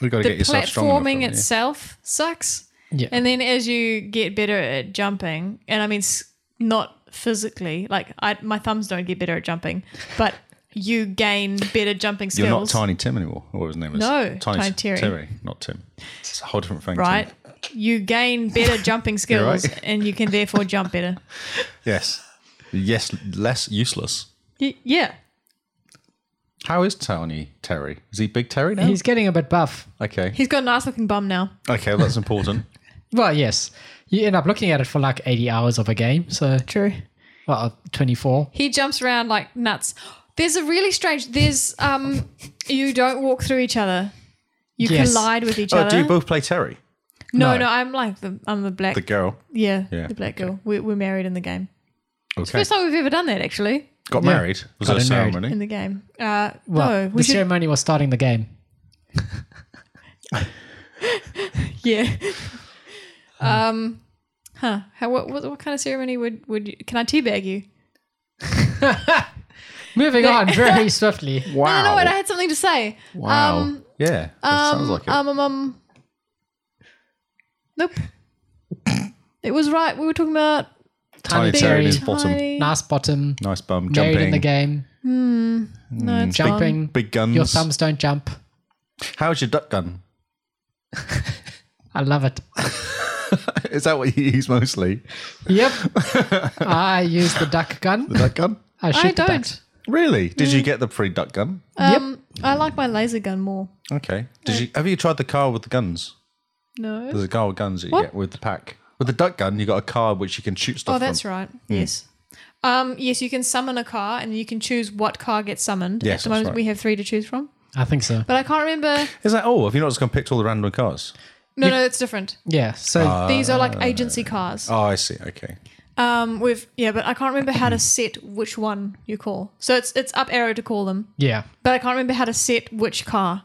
S1: We've got to
S2: the
S1: get yourself strong enough,
S2: platforming
S1: haven't you?
S2: itself sucks
S3: yeah.
S2: And then as you get better at jumping, and I mean s- not physically, like I, my thumbs don't get better at jumping, but you gain better jumping skills.
S1: You're not Tiny Tim anymore. or What was his name? Is.
S2: No, Tiny Terry.
S1: Terry, not Tim. It's a whole different thing. Tim.
S2: right? You gain better
S1: *laughs*
S2: jumping skills,
S1: right.
S2: and you can therefore jump better.
S1: Yes. Yes, less useless.
S2: Y- yeah,
S1: How is Tiny Terry? Is he Big Terry
S2: Oh.
S1: now?
S3: He's getting a bit buff.
S1: okay.
S2: he's got a nice looking bum now.
S1: Okay, well, that's important.
S2: *laughs*
S3: Well, yes. You end up looking at it for like 80 hours of a game. So,
S2: True.
S3: well, 24.
S2: He jumps around like nuts. There's a really strange. There's um, you don't walk through each other. You
S3: Yes.
S2: collide with each
S1: oh,
S2: other.
S1: do you both play Terry?
S2: no,
S3: No.
S2: no, I'm like the I'm the black.
S1: The girl.
S2: yeah,
S1: Yeah,
S2: the black girl. We're, we're married in the game.
S1: Okay.
S2: First time we've ever done that, actually,
S1: Got
S3: Yeah.
S1: married. Was
S3: Got
S1: that a
S3: in married.
S1: ceremony?
S2: in the game. Uh,
S3: Well,
S2: no,
S3: the
S2: we should,
S3: ceremony was starting the game.
S2: yeah. *laughs* um, huh? How, what, what what kind of ceremony would would you, can I teabag you?
S3: Moving
S2: *laughs*
S3: on very swiftly.
S2: I
S4: Wow.
S2: don't know what I had something to say.
S4: wow.
S2: Um,
S1: Yeah.
S2: um,
S4: sounds like it.
S2: um, um, um, nope. it was right. We were talking about
S1: Tiny
S3: Big,
S1: Terry in his
S3: tiny,
S1: bottom.
S2: tiny-
S3: Nice bottom.
S1: Nice bum.
S3: Married in the
S1: Jumping.
S3: game.
S2: no, it's
S3: Jumping.
S2: gone.
S1: Big guns.
S3: Your thumbs don't jump.
S1: How's your duck gun?
S3: I love it.
S1: *laughs* Is that what you use mostly?
S3: Yep. I use the duck gun.
S1: Duck gun?
S3: I shoot
S2: I
S3: the
S2: don't.
S1: Really? Did you get the free duck gun?
S3: ducks. Yep.
S2: Um, I like my laser gun more.
S1: Okay. Did you have you tried the car with the guns?
S2: No. Oh,
S1: There's a car with guns that you
S2: What?
S1: get with the pack. With the duck gun, you got a car which you can shoot stuff
S2: Oh, that's
S1: from.
S2: right. Yes. Um, yes, you can summon a car, and you can choose what car gets summoned.
S1: Yes,
S2: At the
S1: that's
S2: moment,
S1: right.
S2: we have three to choose from,
S3: I think so.
S2: but I can't remember.
S1: Is that all? Have you not just gone picked all the random cars?
S2: No, no, that's different.
S3: Yeah. So
S2: These are like agency cars.
S1: Uh, Oh, I see. Okay.
S2: Um, with yeah, but I can't remember how to set which one you call. So it's it's up arrow to call them,
S3: yeah.
S2: but I can't remember how to set which car.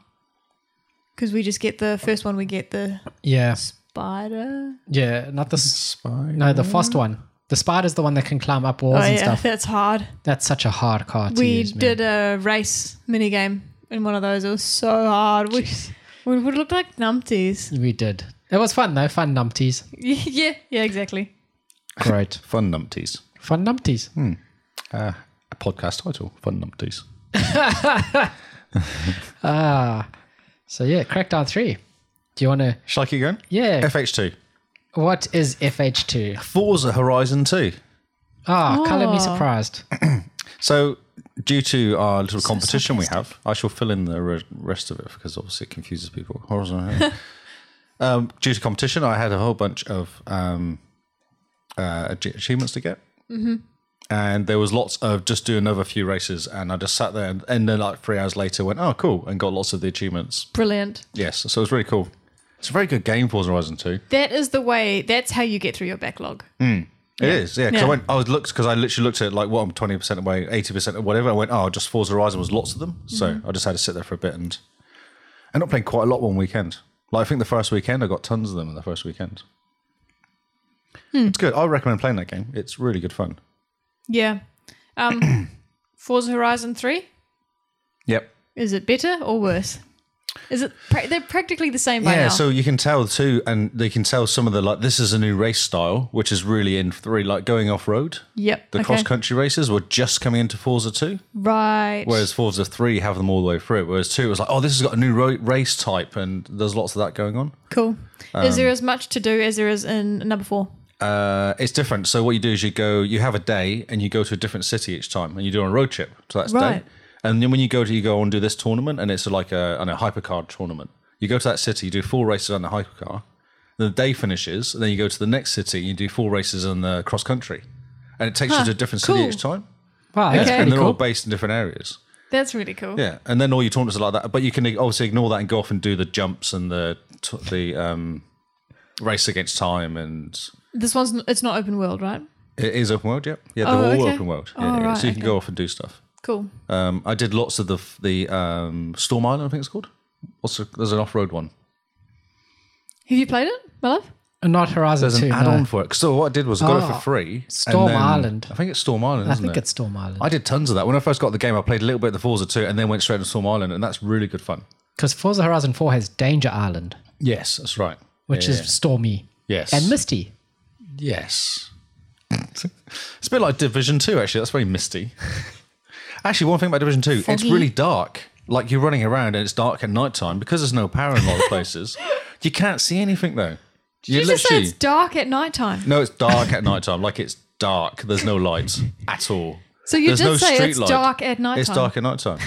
S2: Because we just get the first one, we get the
S3: Yeah.
S2: spider.
S3: Yeah. Not the s-
S1: Spy.
S3: no, the first one. The spider's the one that can climb up walls
S2: oh
S3: and
S2: yeah,
S3: stuff.
S2: that's hard.
S3: That's such a hard card to
S2: we
S3: use. man.
S2: did a race minigame in one of those. It was so hard. We, *laughs* we would look like numpties.
S3: We did. It was fun though. Fun numpties.
S2: *laughs* yeah, yeah, exactly.
S3: Great.
S1: Fun numpties.
S3: Fun numpties.
S1: Uh, a podcast title. Fun numpties.
S3: So yeah, Crackdown three. Do you want to?
S1: Shall I keep going?
S3: Yeah.
S1: FH2.
S3: what is FH two?
S1: Forza Horizon 2.
S3: Ah, color me
S2: Oh.
S3: surprised.
S1: So, due to our little competition we have, I shall fill in the re- rest of it because obviously it confuses people. Horizon. um, due to competition, I had a whole bunch of um, uh, ach- achievements to get. And there was lots of just do another few races, and I just sat there, and, and then like three hours later, went oh cool, and got lots of the achievements.
S2: Brilliant.
S1: Yes, so it was really cool. It's a very good game, Forza Horizon Two.
S2: That is the way. That's how you get through your backlog.
S1: It is, yeah. Because I
S2: Yeah.
S1: went, I was looked because I literally looked at like what I'm twenty percent away, eighty percent or whatever. I went, oh, just Forza Horizon was lots of them, so
S2: Mm-hmm.
S1: I just had to sit there for a bit and end up playing quite a lot one weekend. Like I think the first weekend I got tons of them in the first weekend.
S2: Hmm.
S1: It's good. I recommend playing that game. It's really good fun.
S2: Yeah. Um, Forza Horizon Three.
S1: Yep.
S2: Is it better or worse? Is it? Pra- they're practically the same by
S1: Yeah,
S2: now.
S1: so you can tell too, and they can tell some of the like. This is a new race style, which is really in three, like going off road.
S2: yep.
S1: The
S2: okay.
S1: cross country races were just coming into Forza two.
S2: Right.
S1: Whereas Forza 3 have them all the way through. Whereas 2 was like, oh, this has got a new ro- race type, and there's lots of that going on.
S2: cool.
S1: Um,
S2: is there as much to do as there is in number four?
S1: Uh, it's different. So, what you do is you go, you have a day, and you go to a different city each time, and you do a road trip. So, that's
S2: Right.
S1: day. And then when you go to, you go and do this tournament, and it's like a, I don't know, hypercar tournament. You go to that city, you do four races on the hypercar, then the day finishes, and then you go to the next city, and you do four races on the cross country. And it takes you to a different city
S2: cool.
S1: each time.
S3: Wow,
S2: Okay.
S3: that's
S1: And
S3: pretty
S1: they're all
S3: cool.
S1: based in different areas.
S2: That's really cool.
S1: Yeah, and then all your tournaments are like that, but you can obviously ignore that and go off and do the jumps and the t- the um, race against time, and
S2: This one's n- it's not open world, right?
S1: it is open world. Yep, yeah, they're
S2: Oh,
S1: all
S2: okay.
S1: open world.
S2: Oh,
S1: Yeah, yeah,
S2: right,
S1: so you can
S2: okay.
S1: go off and do stuff.
S2: Cool.
S1: Um, I did lots of the f- the um, Storm Island, I think it's called. Also, there's an off road one.
S2: Have you played it, my love?
S3: Not Horizon
S1: There's an
S3: two.
S1: add on
S3: No.
S1: for it. So what I did was I got it
S3: Oh,
S1: for free. and
S3: Storm
S1: then-
S3: Island.
S1: I think it's Storm Island.
S3: I
S1: isn't
S3: think
S1: it?
S3: it's Storm Island
S1: I did tons of that. When I first got the game, I played a little bit of the Forza 2 and then went straight to Storm Island, and that's really good fun.
S3: because Forza Horizon four has Danger Island,
S1: Yes, that's right.
S3: which
S1: Yeah.
S3: is stormy
S1: yes
S3: and misty.
S1: Yes. it's a bit like Division 2, actually. That's very misty. actually, one thing about Division 2, it's
S2: Foggy.
S1: really dark. Like you're running around and it's dark at night time because there's no power in a lot of
S2: *laughs*
S1: places. you can't see anything, though. You
S2: You just say it's dark at nighttime.
S1: no, it's dark at night time. Like it's dark. There's no lights at all.
S2: So you
S1: There's
S2: did
S1: no
S2: say
S1: street
S2: it's
S1: light.
S2: dark at night
S1: It's
S2: time.
S1: dark at night
S2: *laughs*
S1: time.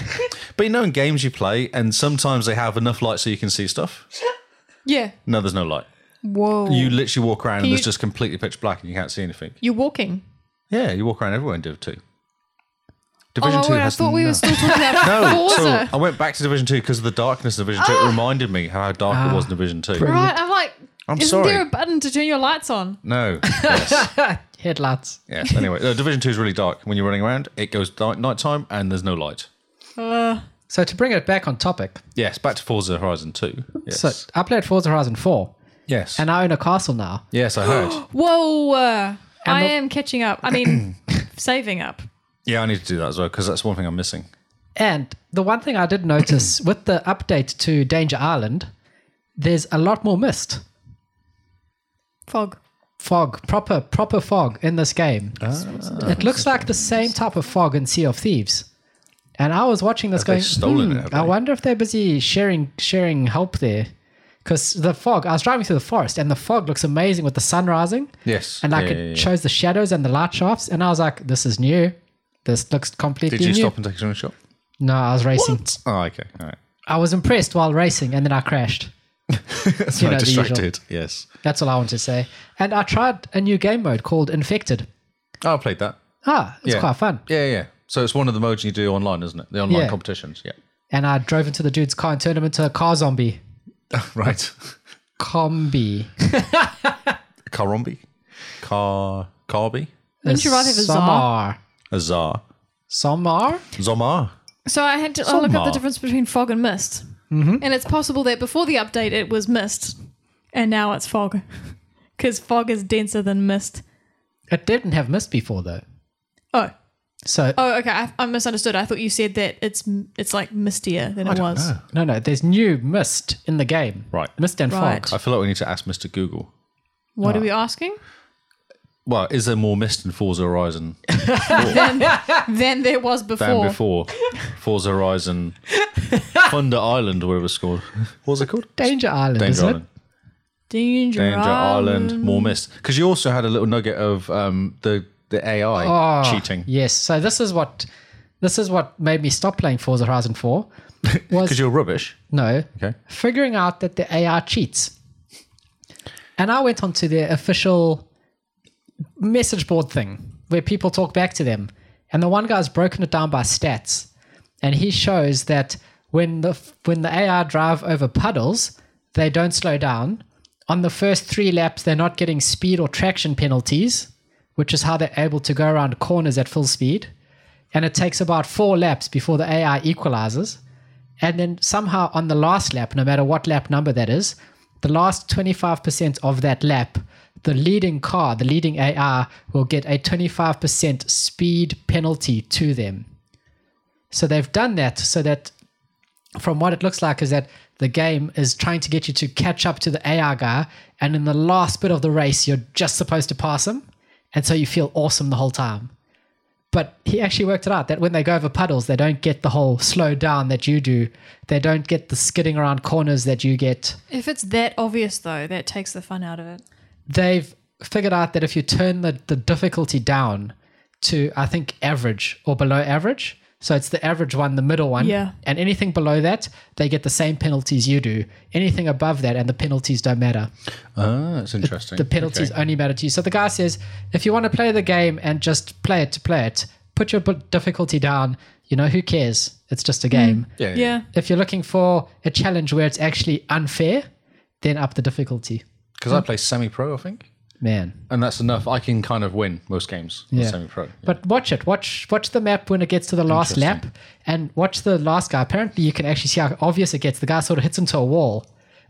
S1: but you know, in games you play, and sometimes they have enough light so you can see stuff.
S2: Yeah.
S1: No, there's no light.
S2: Whoa.
S1: You literally walk around and
S2: you-
S1: there's just completely pitch black and you can't see anything.
S2: You're walking.
S1: Yeah, you walk around everywhere in Div 2.
S2: Oh
S1: Division
S2: my
S1: 2
S2: word, I
S1: has
S2: thought we
S1: no-
S2: were still talking
S1: *laughs*
S2: about
S1: No, so
S2: Forza.
S1: I went back to Division 2 because of the darkness of Division 2.
S2: Ah.
S1: It reminded me how dark it was
S3: Ah,
S1: in Division 2.
S2: right, I'm like,
S1: I'm
S2: isn't
S1: sorry.
S2: there a button to turn your lights on?
S1: No. Yes.
S3: Headlights.
S2: *laughs*
S1: yes. Anyway, no, Division 2 is really dark. When you're running around, it goes dark nighttime and there's no light.
S3: So to bring it back on topic,
S1: Yes, back to Forza Horizon 2. Yes.
S3: so I played Forza Horizon four,
S1: Yes.
S3: and I own a castle now.
S1: yes, I heard.
S3: *gasps*
S2: Whoa! Uh, I
S3: the-
S2: am catching up.
S1: *coughs*
S2: I mean, saving up.
S1: yeah, I need to do that as well because that's one thing I'm missing.
S3: And the one thing I did
S1: *clears throat*
S3: notice with the update to Danger Island, there's a lot more mist,
S2: Fog.
S3: fog, proper proper fog in this game.
S1: Ah,
S3: it looks like the same type of fog in Sea of Thieves. And I was watching this
S1: Have they
S3: going,
S1: stolen it,
S3: "Hmm,
S1: have
S3: I
S1: they?"
S3: wonder if they're busy sharing sharing help there. Because the fog, I was driving through the forest and the fog looks amazing with the sun rising.
S1: Yes.
S3: and like
S1: Yeah,
S3: it
S1: yeah, yeah.
S3: shows the shadows and the light shafts. And I was like, this is new. This looks completely
S1: Did you
S3: new.
S1: stop and take a shot?
S3: No, I was racing.
S1: Oh, okay. All right.
S3: I was impressed while racing, and then I crashed. You
S1: *laughs* I
S3: know, the usual.
S1: distracted. Yes.
S3: That's all I want to say. And I tried a new game mode called Infected.
S1: Oh, I played that.
S3: Ah, it's
S1: Yeah.
S3: quite fun.
S1: Yeah, yeah. So it's one of the modes you do online, isn't it? The online
S3: Yeah.
S1: competitions. Yeah. *laughs*
S3: And I drove into the dude's car and turned him into a car zombie.
S1: right.
S3: Combi.
S1: Karombi. Car. Carby.
S2: Wouldn't you rather have a czar?
S3: Somar.
S1: Azar.
S3: Somar?
S1: Zomar.
S2: So I had to I'll look up the
S1: Somar.
S2: difference between fog and mist. And it's possible that before the update it was mist, and now it's fog, *laughs* because fog is denser than mist.
S3: It didn't have mist before, though.
S2: Oh,
S3: So,
S2: oh, okay. I, I misunderstood. I thought you said that it's it's like mistier than it was.
S3: no, no, there's new mist in the game.
S1: Right.
S3: Mist and
S2: Right.
S1: I
S3: fog.
S1: feel like we need to ask Mr. Google.
S2: What are we asking?
S1: Well, is there more mist in Forza Horizon
S2: Than there was
S1: than
S2: before.
S3: *laughs*
S1: before? Forza Horizon Thunder Island, whatever it's called. What was it called?
S3: Danger Island,
S1: *laughs* Danger
S3: isn't
S1: Island.
S2: Danger,
S1: Danger
S2: Island.
S1: Island, more mist. Because you also had a little nugget of um, the, the AI
S3: it? Oh,
S1: cheating.
S3: Yes. So this is what this is what made me stop playing Forza
S1: *laughs*
S3: Horizon 4.
S1: Because
S3: Was
S1: you're rubbish.
S3: no.
S1: Okay.
S3: figuring out that the AI cheats. And I went onto their official message board thing where people talk back to them. And the one guy's broken it down by stats. And he shows that when the when the AI drive over puddles, they don't slow down. On the first three laps, they're not getting speed or traction penalties, which is how they're able to go around corners at full speed. And it takes about four laps before the AI equalizes. And then somehow on the last lap, no matter what lap number that is, the last 25% of that lap, the leading car, the leading AR, will get a 25% speed penalty to them. So they've done that so that from what it looks like is that the game is trying to get you to catch up to the AR guy and in the last bit of the race you're just supposed to pass him and so you feel awesome the whole time. But he actually worked it out that when they go over puddles, they don't get the whole slow down that you do. They don't get the skidding around corners that you get.
S2: If it's that obvious though, that takes the fun out of it.
S3: They've figured out that if you turn the, the difficulty down to, I think, average or below average, so it's the average one, the middle one,
S2: Yeah.
S3: and anything below that, they get the same penalties you do. Anything above that, and the penalties don't mater.
S1: Ah, that's interesting.
S3: The penalties
S1: Okay.
S3: only matter to you. So the guy says, if you want to play the game and just play it to play it, put your bu- difficulty down. You know, who cares? It's just a game.
S1: Yeah, yeah.
S2: Yeah.
S3: If you're looking for a challenge where it's actually unfair, then up the difficulty.
S1: Because I play semi pro, I think.
S3: Man.
S1: And that's enough. I can kind of win most games yeah.
S3: Yeah.
S1: semi pro.
S3: But watch it. Watch watch the map when it gets to the last lap and watch the last guy. Apparently you can actually see how obvious it gets. The guy sort of hits into a wall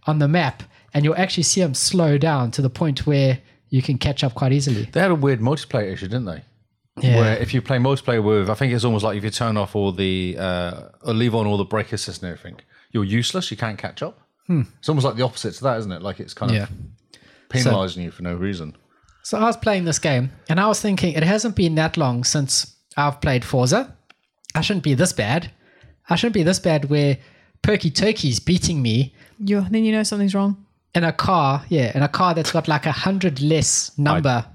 S3: on the map and you'll actually see him slow down to the point where you can catch up quite easily.
S1: They had a weird multiplayer issue, didn't they?
S3: Yeah.
S1: Where if you play multiplayer with, I think it's almost like if you turn off all the, uh, or leave on all the brake assist and everything, you're useless. You can't catch up. It's almost like the opposite to that, isn't it? Like it's kind
S3: Hmm. Yeah.
S1: of penalizing you for no reason.
S3: So I was playing this game and I was thinking it hasn't been that long since I've played Forza. I shouldn't be this bad. I shouldn't be this bad where Perky Turkey's beating me
S2: You then you know something's wrong.
S3: in a car, yeah, in a car that's got like a hundred less number.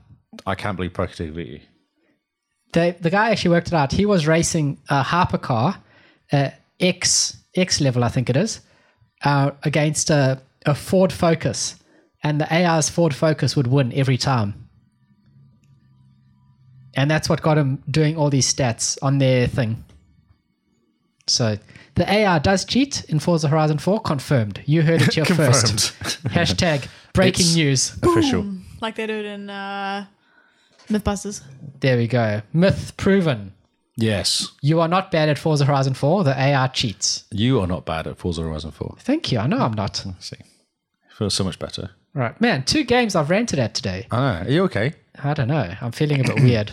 S1: I can't believe Proctor beat you.
S3: The the guy actually worked it out. He was racing a Harper car, uh, X X level, I think it is, uh, against a, a Ford Focus, and the AR's Ford Focus would win every time. And that's what got him doing all these stats on their thing. So the AR does cheat in Forza Horizon 4, confirmed. You
S1: *laughs*
S3: heard it here first. Hashtag breaking
S1: It's-
S3: news.
S1: Official.
S2: Like they do it in uh, Mythbusters.
S3: There we go. Myth proven.
S1: Yes.
S3: You are not bad at Forza Horizon 4. The AR cheats.
S1: You are not bad at Forza Horizon 4.
S3: Thank you. I know I'm not.
S1: Let's see. Feels so much better.
S3: Right. Man, two games I've ranted at today.
S1: I know. Are you okay?
S3: I don't know. I'm feeling a
S1: *coughs*
S3: bit weird.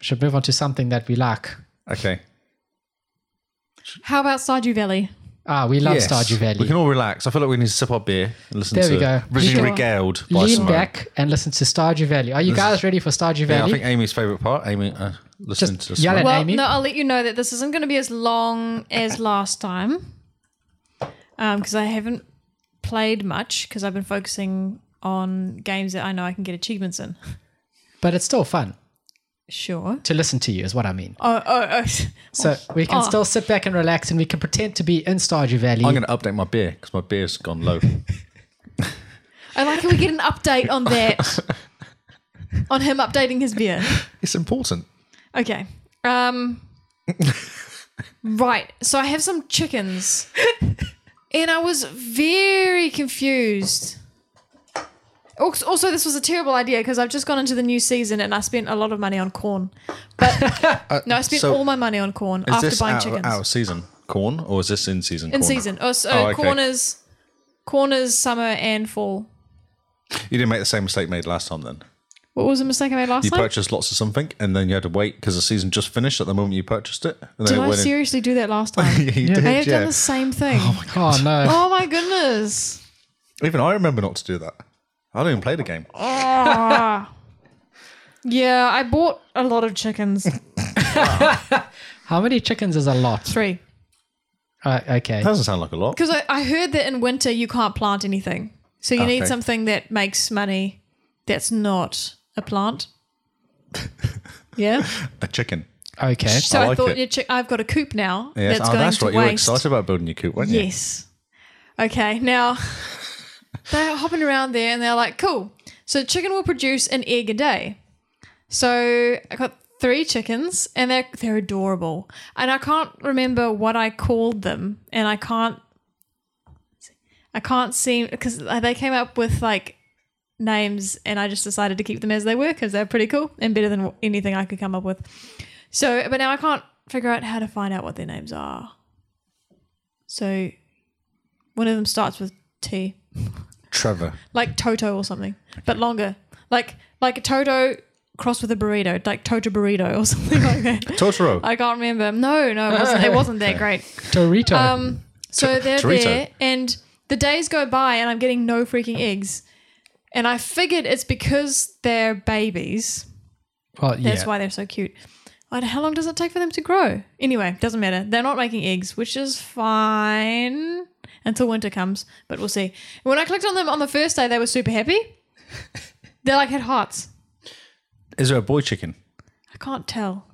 S3: Should move on to something that we like.
S1: Okay.
S2: How about Stardew Valley?
S3: Ah, we love
S1: Yes.
S3: Stardew
S1: We
S3: Valley.
S1: can all relax. I feel like we need to sip our beer and listen
S3: There
S1: to
S3: we go.
S1: Being
S2: Sure.
S1: regaled by
S3: Lean
S1: Simone.
S3: back and listen to Stardew Valley. Are you guys ready for Stardew
S1: Yeah, I
S3: Valley?
S1: think Amy's favorite part. Amy, uh, listen
S3: Just
S1: to
S3: yell
S1: Simone.
S3: at-
S2: Well,
S3: Amy?
S2: no, I'll let you know that this isn't going to be as long as last time because I haven't played much because I've been focusing on games that I know I can get achievements in.
S3: but it's still fun
S2: Sure.
S3: to listen to you, is what I mean.
S2: Oh, oh, *laughs* oh.
S3: So we can
S2: Oh.
S3: still sit back and relax and we can pretend to be in Stardew Valley.
S1: I'm going to update my beer because my beer's gone low.
S2: I like how we get an update on that, on him updating his beer.
S1: it's important.
S2: Okay. Um, right. So I have some
S1: *laughs*
S2: chickens. And I was very confused. Al- Also, this was a terrible idea because I've just gone into the new season and I spent a lot of money on corn.
S1: *laughs*
S2: But no, I spent
S1: Uh, so
S2: all my money on corn
S1: Is
S2: after
S1: this
S2: buying
S1: out,
S2: chickens.
S1: out of season corn or is this in season?
S2: In
S1: corn?
S2: season. Oh, so
S1: Oh, okay.
S2: corn is corn is summer and fall.
S1: You didn't make the same mistake made last time. Then
S2: What was the mistake I made last
S1: you
S2: time?
S1: purchased lots of something and then you had to wait because the season just finished at the moment you purchased it. And then
S2: Did
S1: it
S2: I
S1: went in-
S2: seriously do that last time?
S1: *laughs* Yeah, you did,
S2: I have
S1: yeah.
S2: done the same thing.
S3: oh, no.
S1: *laughs*
S2: oh my goodness.
S1: Even I remember not to do that. I don't even play the game.
S2: Yeah, I bought a lot
S1: *laughs*
S2: of chickens.
S3: How many chickens is a lot?
S2: Three.
S3: Uh, okay.
S1: That doesn't sound like a lot.
S2: Because I, I heard that in winter you can't plant anything. So you need
S1: Okay.
S2: something that makes money that's not
S1: *laughs*
S2: a plant. yeah.
S1: A chicken.
S3: Okay.
S2: So
S1: I
S2: I,
S1: like
S2: thought
S1: it.
S2: your chick- I've got a coop now
S1: Yes.
S2: that's
S1: oh,
S2: going
S1: that's
S2: to
S1: right. You were
S2: waste.
S1: excited about building your coop, weren't you?
S2: Yes.
S1: *laughs*
S2: Okay. Now they're hopping around there and they're like, cool. So chicken will produce an egg a day. So I got three chickens and they're they're adorable. And I can't remember what I called them and I can't I can't seem because they came up with like names and I just decided to keep them as they were because they're pretty cool and better than anything I could come up with. So, but now I can't figure out how to find out what their names are. So one of them starts with T,
S1: Trevor.
S2: like Toto or something, but longer, like like a Toto crossed with a burrito, like Toto burrito or *laughs* something like that.
S1: Totoro.
S2: *laughs* I can't remember. No, no, it wasn't, it wasn't that great.
S3: Dorito.
S2: Um, so they're
S1: Torito.
S2: there, and the days go by, and I'm getting no freaking eggs. And I figured it's because they're babies.
S3: well,
S2: That's
S3: yeah.
S2: why they're so cute. And how long does it take for them to grow? Anyway, doesn't matter. They're not making eggs, which is fine until winter comes, but we'll see. When I clicked on them on the first day, they were super happy. they like had hearts.
S1: Is there a boy chicken?
S2: I can't tell.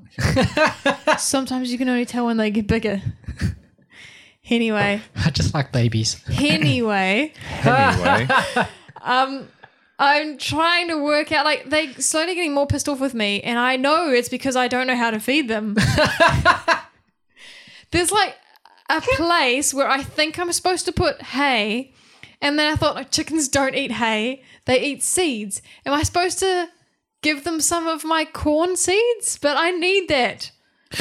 S2: Sometimes you can only tell when they get bigger. anyway,
S3: *laughs* I just like babies.
S2: anyway. *laughs*
S1: Anyway,
S2: I'm trying to work out like they slowly getting more pissed off with me, and I know it's because I don't know how to feed
S1: *laughs*
S2: them. There's like a place where I think I'm supposed to put hay, and then I thought like chickens don't eat hay; they eat seeds. Am I supposed to give them some of my corn seeds? But I need that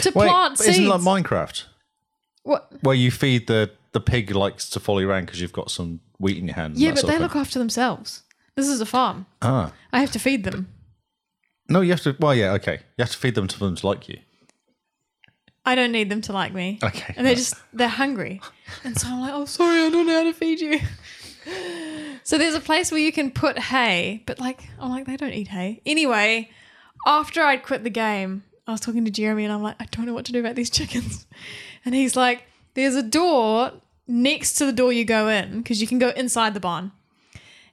S2: to
S1: wait,
S2: plant
S1: but
S2: seeds.
S1: isn't it like Minecraft
S2: what?
S1: where you feed the the pig likes to follow you around because you've got some wheat in your hand? and
S2: Yeah,
S1: that
S2: but
S1: sort
S2: they
S1: of
S2: look
S1: thing?
S2: after themselves. This is a farm.
S1: ah.
S2: I have to feed them.
S1: No, you have to. Well, yeah, okay. You have to feed them to them to like you.
S2: I don't need them to like me.
S1: Okay.
S2: And they're just they're hungry. And so I'm like, oh sorry, I don't know how to feed you. *laughs* So there's a place where you can put hay, but like I'm like, they don't eat hay. Anyway, after I'd quit the game, I was talking to Jeremy and I'm like, I don't know what to do about these *laughs* chickens. And he's like, There's a door next to the door you go in, because you can go inside the barn.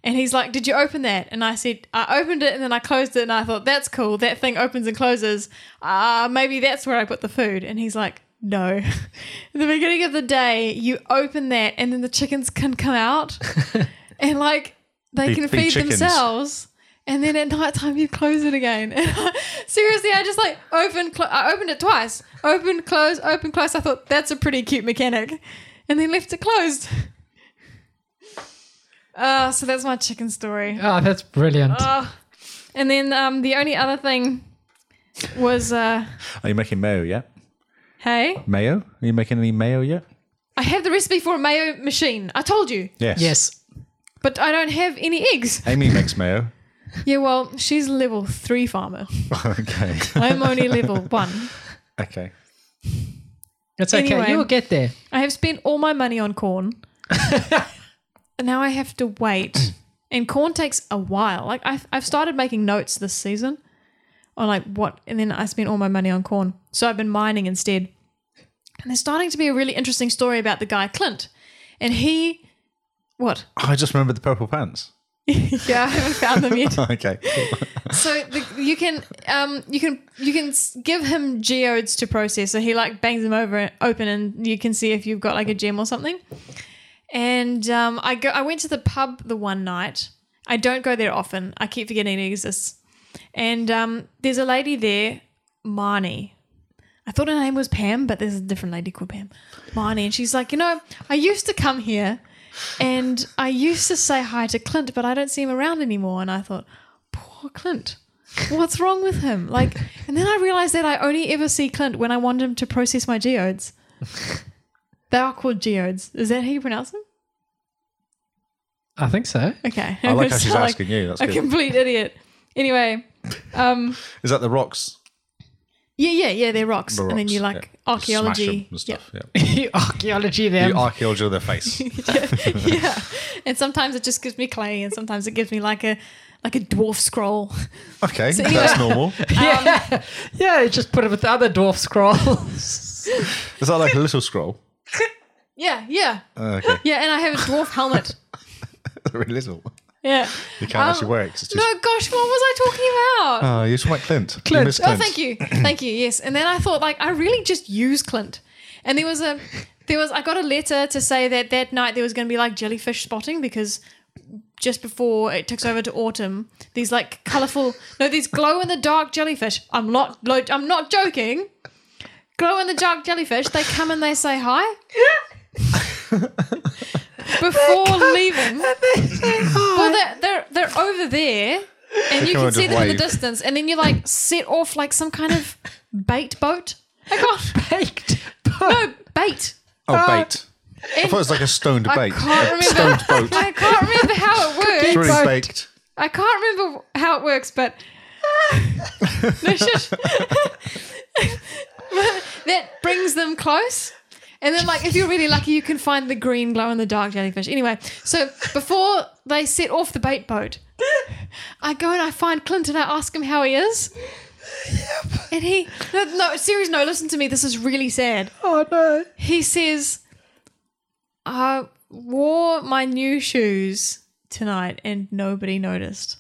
S2: And he's like, Did you open that? And I said, I opened it and then I closed it. And I thought, That's cool. That thing opens and closes. Uh, maybe that's where I put the food. And he's like, No. *laughs* At the beginning of the day, you open that and then the chickens can come out and like they
S1: Be- be
S2: can feed
S1: chickens.
S2: themselves. And then at night time, you close it again. *laughs* And I, seriously, I just like opened, clo- I opened it twice. Open, close, open, close. I thought, That's a pretty cute mechanic. And then left it closed. Uh, so that's my chicken story.
S3: Oh, that's brilliant.
S2: Uh, and then um, the only other thing was, uh,
S1: Are you making mayo yet?
S2: hey,
S1: Mayo? Are you making any mayo yet?
S2: I have the recipe for a mayo machine. I told you,
S1: Yes.
S3: yes.
S2: But I don't have any eggs.
S1: Amy makes mayo. *laughs*
S2: Yeah, well, she's level three farmer.
S1: okay. *laughs*
S2: I'm only level one.
S1: Okay.
S3: It's
S2: Anyway.
S3: okay. You will get there.
S2: I have spent all my money on *laughs* corn. and now I have to wait. And corn takes a while. Like I've, I've started making notes this season on like what, and then I spent all my money on corn. So I've been mining instead. And there's starting to be a really interesting story about the guy Clint. And he, what? *laughs*
S1: Oh, I just remembered the purple pants. *laughs*
S2: yeah, I haven't found them yet.
S1: Okay.
S2: So the, you can um you can you can s- give him geodes to process. So he like bangs them over open, and you can see if you've got like a gem or something. And um, I go. I went to the pub the one night. I don't go there often. I keep forgetting it exists. And um, there's a lady there, Marnie. I thought her name was Pam, but there's a different lady called Pam, Marnie, and she's like, you know, I used to come here, and I used to say hi to Clint, but I don't see him around anymore. And I thought, poor Oh, Clint. What's wrong with him? Like, and then I realized that I only ever see Clint when I want him to process
S1: *laughs*
S2: my geodes. they are called geodes. Is that how you pronounce them?
S3: I think so.
S2: Okay.
S1: I
S2: *laughs*
S1: like how
S2: Sound
S1: she's asking you. That's
S2: a
S1: good.
S2: complete idiot. Anyway, um,
S1: Is that the rocks?
S2: yeah, yeah, yeah, they're rocks.
S1: The rocks.
S2: and then you like
S1: yeah. Smash 'em
S2: archaeology. Um,
S1: and stuff. Yeah.
S3: Archaeology there.
S1: You archaeology
S2: *laughs*
S1: of their face.
S2: Yeah. yeah. And sometimes it just gives me clay and sometimes it gives me like a like a dwarf scroll. *laughs*
S1: Okay,
S2: So anyway-
S1: that's normal.
S3: yeah. *laughs* yeah, you just put it with the other dwarf scrolls.
S1: Is that like a little scroll? *laughs*
S2: Yeah, yeah.
S1: Uh, okay,
S2: *laughs* Yeah, and I have a dwarf helmet.
S1: very little.
S2: Yeah.
S1: *laughs* You can't
S2: Um,
S1: actually wear it. 'cause It's just,
S2: No, gosh, what was I talking about?
S1: Oh, you're talking about Clint.
S3: Clint.
S1: You missed
S2: Oh,
S1: Clint.
S2: thank you, thank you. Yes, and then I thought, like, I really just use Clint. And there was a, there was I got a letter to say that that night there was going to be like jellyfish spotting because just before it takes over to autumn, these like colorful, no, these glow in the dark jellyfish. I'm not, lo- I'm not joking. Glow in the dark jellyfish. They come and they say hi. Before leaving, well, they're, they're they're over there, and you
S1: come
S2: can
S1: and
S2: see
S1: just
S2: them in the
S1: wave.
S2: distance, and then you like set off like some kind of bait boat. I got
S3: *laughs* Baked.
S2: no bait.
S1: Oh, bait. I
S2: And
S1: thought it was like a stoned
S2: Uh, I
S1: bait.
S2: can't remember.
S1: Stoned
S2: *laughs*
S1: boat.
S2: I can't remember how it works.
S1: Through
S3: Boat.
S1: baked.
S2: I can't remember how it works, but no, shush. *laughs* that brings them close. And then, like, if you're really lucky, you can find the green glow in the dark jellyfish. Anyway, so before they set off the bait boat, I go and I find Clint and I ask him how he is. And he, no, no, serious, no, listen to me. This is really sad
S3: Oh, no.
S2: he says, I wore my new shoes tonight and nobody noticed.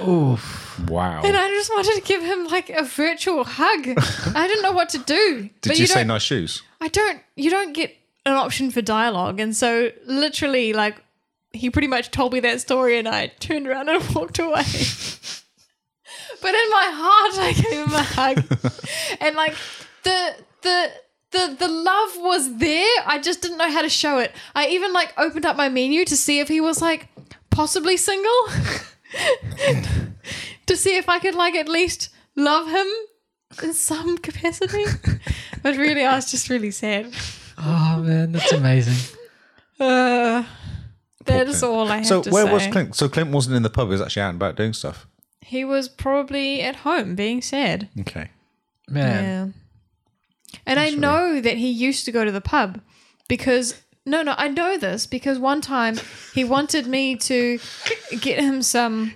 S3: Oof.
S1: Wow.
S2: And I just wanted to give him like a virtual
S1: *laughs*
S2: hug. I didn't know what to do.
S1: Did you, say
S2: don't,
S1: nice shoes?
S2: I don't, you don't get an option for dialogue. And so literally, like, he pretty much told me that story and I turned around and *laughs* walked away. but in my heart, I gave him a hug. and like, the, the, the, the love was there. I just didn't know how to show it. I even like opened up my menu to see if he was like possibly single, *laughs* to see if I could like at least love him in
S1: *laughs*
S2: some capacity. but really, I was just really sad.
S3: Oh, man, that's amazing.
S2: Uh, that is
S1: Clint.
S2: all I have
S1: So
S2: to
S1: where
S2: say.
S1: was Clint? So Clint wasn't in the pub. He was actually out and about doing stuff.
S2: He was probably at home being sad.
S1: Okay.
S3: Man.
S2: Yeah. And I know that he used to go to the pub because no, no, I know this because one time he wanted me to get him
S1: *coughs*
S2: some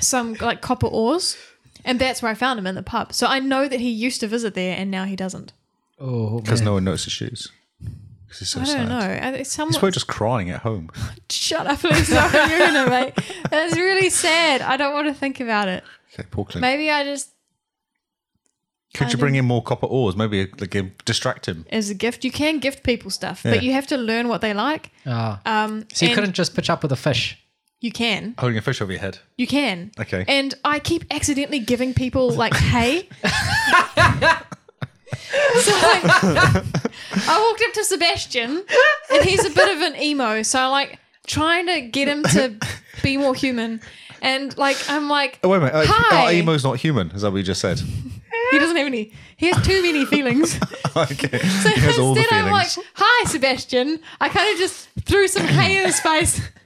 S2: some like copper ores, and that's where I found him in the pub. So I know that he used to visit there, and now he doesn't.
S3: Oh,
S1: Because
S3: man.
S1: no one noticed his shoes. Because he's so
S2: I
S1: sad.
S2: don't know. I- it's
S1: He's
S2: Someone,
S1: probably just crying at home.
S2: shut up, please. Sorry, *laughs* you're gonna mate. That's really sad. I don't want to think about it.
S1: Okay, poor Clint.
S2: Maybe I just
S1: Could you bring in more copper ores? Maybe like, give- distract him.
S2: as a gift. You can gift people stuff,
S1: Yeah.
S2: but you have to learn what they like.
S3: Ah.
S2: Um,
S3: so you
S2: and
S3: couldn't just pitch up with a fish. *laughs*
S2: You can.
S1: Holding a fish over your head.
S2: You can.
S1: Okay.
S2: And I keep accidentally giving people
S1: *laughs*
S2: like hay. so like, I walked up to Sebastian and he's a bit of an emo, so I'm like trying to get him to be more human. And like I'm like
S1: Oh, wait a minute. Uh,
S2: Hi.
S1: our emo's not human, is that what you just said? *laughs*
S2: he doesn't have any he has too many feelings.
S1: okay.
S2: So
S1: he has all the
S2: instead,
S1: feelings.
S2: I'm like, "Hi, Sebastian." I kind of just threw some hay in his face, *laughs*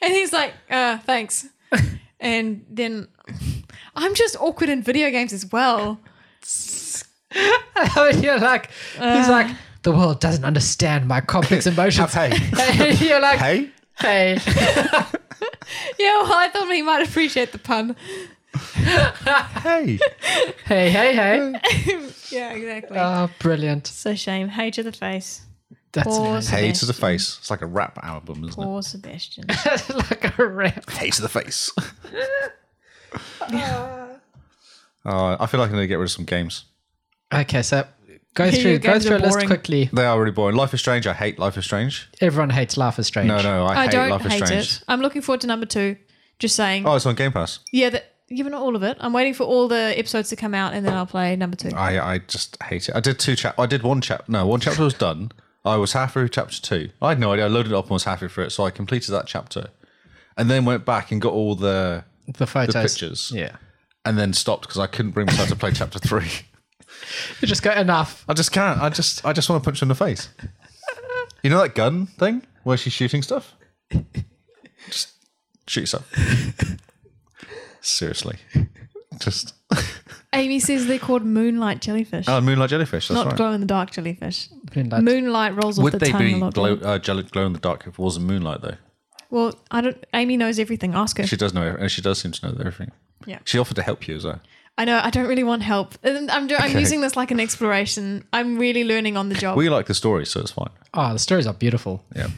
S2: And he's like, uh, thanks. and then I'm just awkward in video games as well.
S3: And you're like, he's like, the world doesn't understand my complex emotions.
S1: Have
S2: *laughs*
S1: hay.
S3: And *laughs* you're like, hey.
S1: Hey?
S2: Yeah, well, I thought he might appreciate the pun. *laughs*
S1: Hey.
S3: hey, hey, hey.
S2: Yeah, exactly.
S3: Oh, brilliant.
S2: so shame. Hey to the face.
S3: That's
S2: Poor
S3: amazing.
S1: hey
S2: Sebastian.
S1: to the face. It's like a rap album, isn't
S2: Poor Sebastian.
S3: *laughs* like a rap.
S1: it? Hey to the
S2: *laughs*
S1: face. uh, I feel like I need to get rid of some games.
S3: Okay, so go
S2: Video
S3: through go
S2: games
S3: through a
S2: are
S3: list
S2: boring.
S3: quickly.
S1: They are really boring. Life is Strange. I hate Life is Strange. Oh,
S3: Everyone hates Life is Strange.
S1: No, no, I,
S2: I
S1: hate
S2: don't
S1: Life is
S2: hate
S1: Strange.
S2: it. I'm looking forward to number two. Just saying.
S1: Oh, it's on Game Pass.
S2: Yeah, that, yeah, but not all of it. I'm waiting for all the episodes to come out and then I'll play number two.
S1: I, I just hate it. I did two chap. I did one chap. No, one chapter was done. I was halfway through chapter two. I had no idea. I loaded it up and was halfway through it, so I completed that chapter, and then went back and got all the
S3: The photos.
S1: pictures.
S3: Yeah.
S1: and then stopped because I couldn't bring myself to play chapter three.
S3: You just go, enough.
S1: I just can't. I just I just want to punch her in the face. You know that gun thing where she's shooting stuff? Just shoot yourself. Seriously. Just
S2: Amy says they're called moonlight jellyfish,
S1: oh, moonlight jellyfish. That's
S2: not
S1: right.
S2: glow in the dark jellyfish.
S3: Moonlight.
S2: Moonlight rolls off
S1: Would
S2: the
S1: they
S2: tongue
S1: be
S2: a lot.
S1: glow,
S2: better.
S1: uh, jelly, glow in the dark if it wasn't moonlight though?
S2: well, I don't. Amy knows everything. Ask her.
S1: She does know, and she does seem to know everything.
S2: Yeah.
S1: She offered to help you as well.
S2: I know. I don't really want help. And I'm, do- I'm
S1: Okay.
S2: using this like an exploration. I'm really learning on the job.
S1: We like the story, so it's fine.
S3: Oh, the stories are beautiful.
S1: Yeah.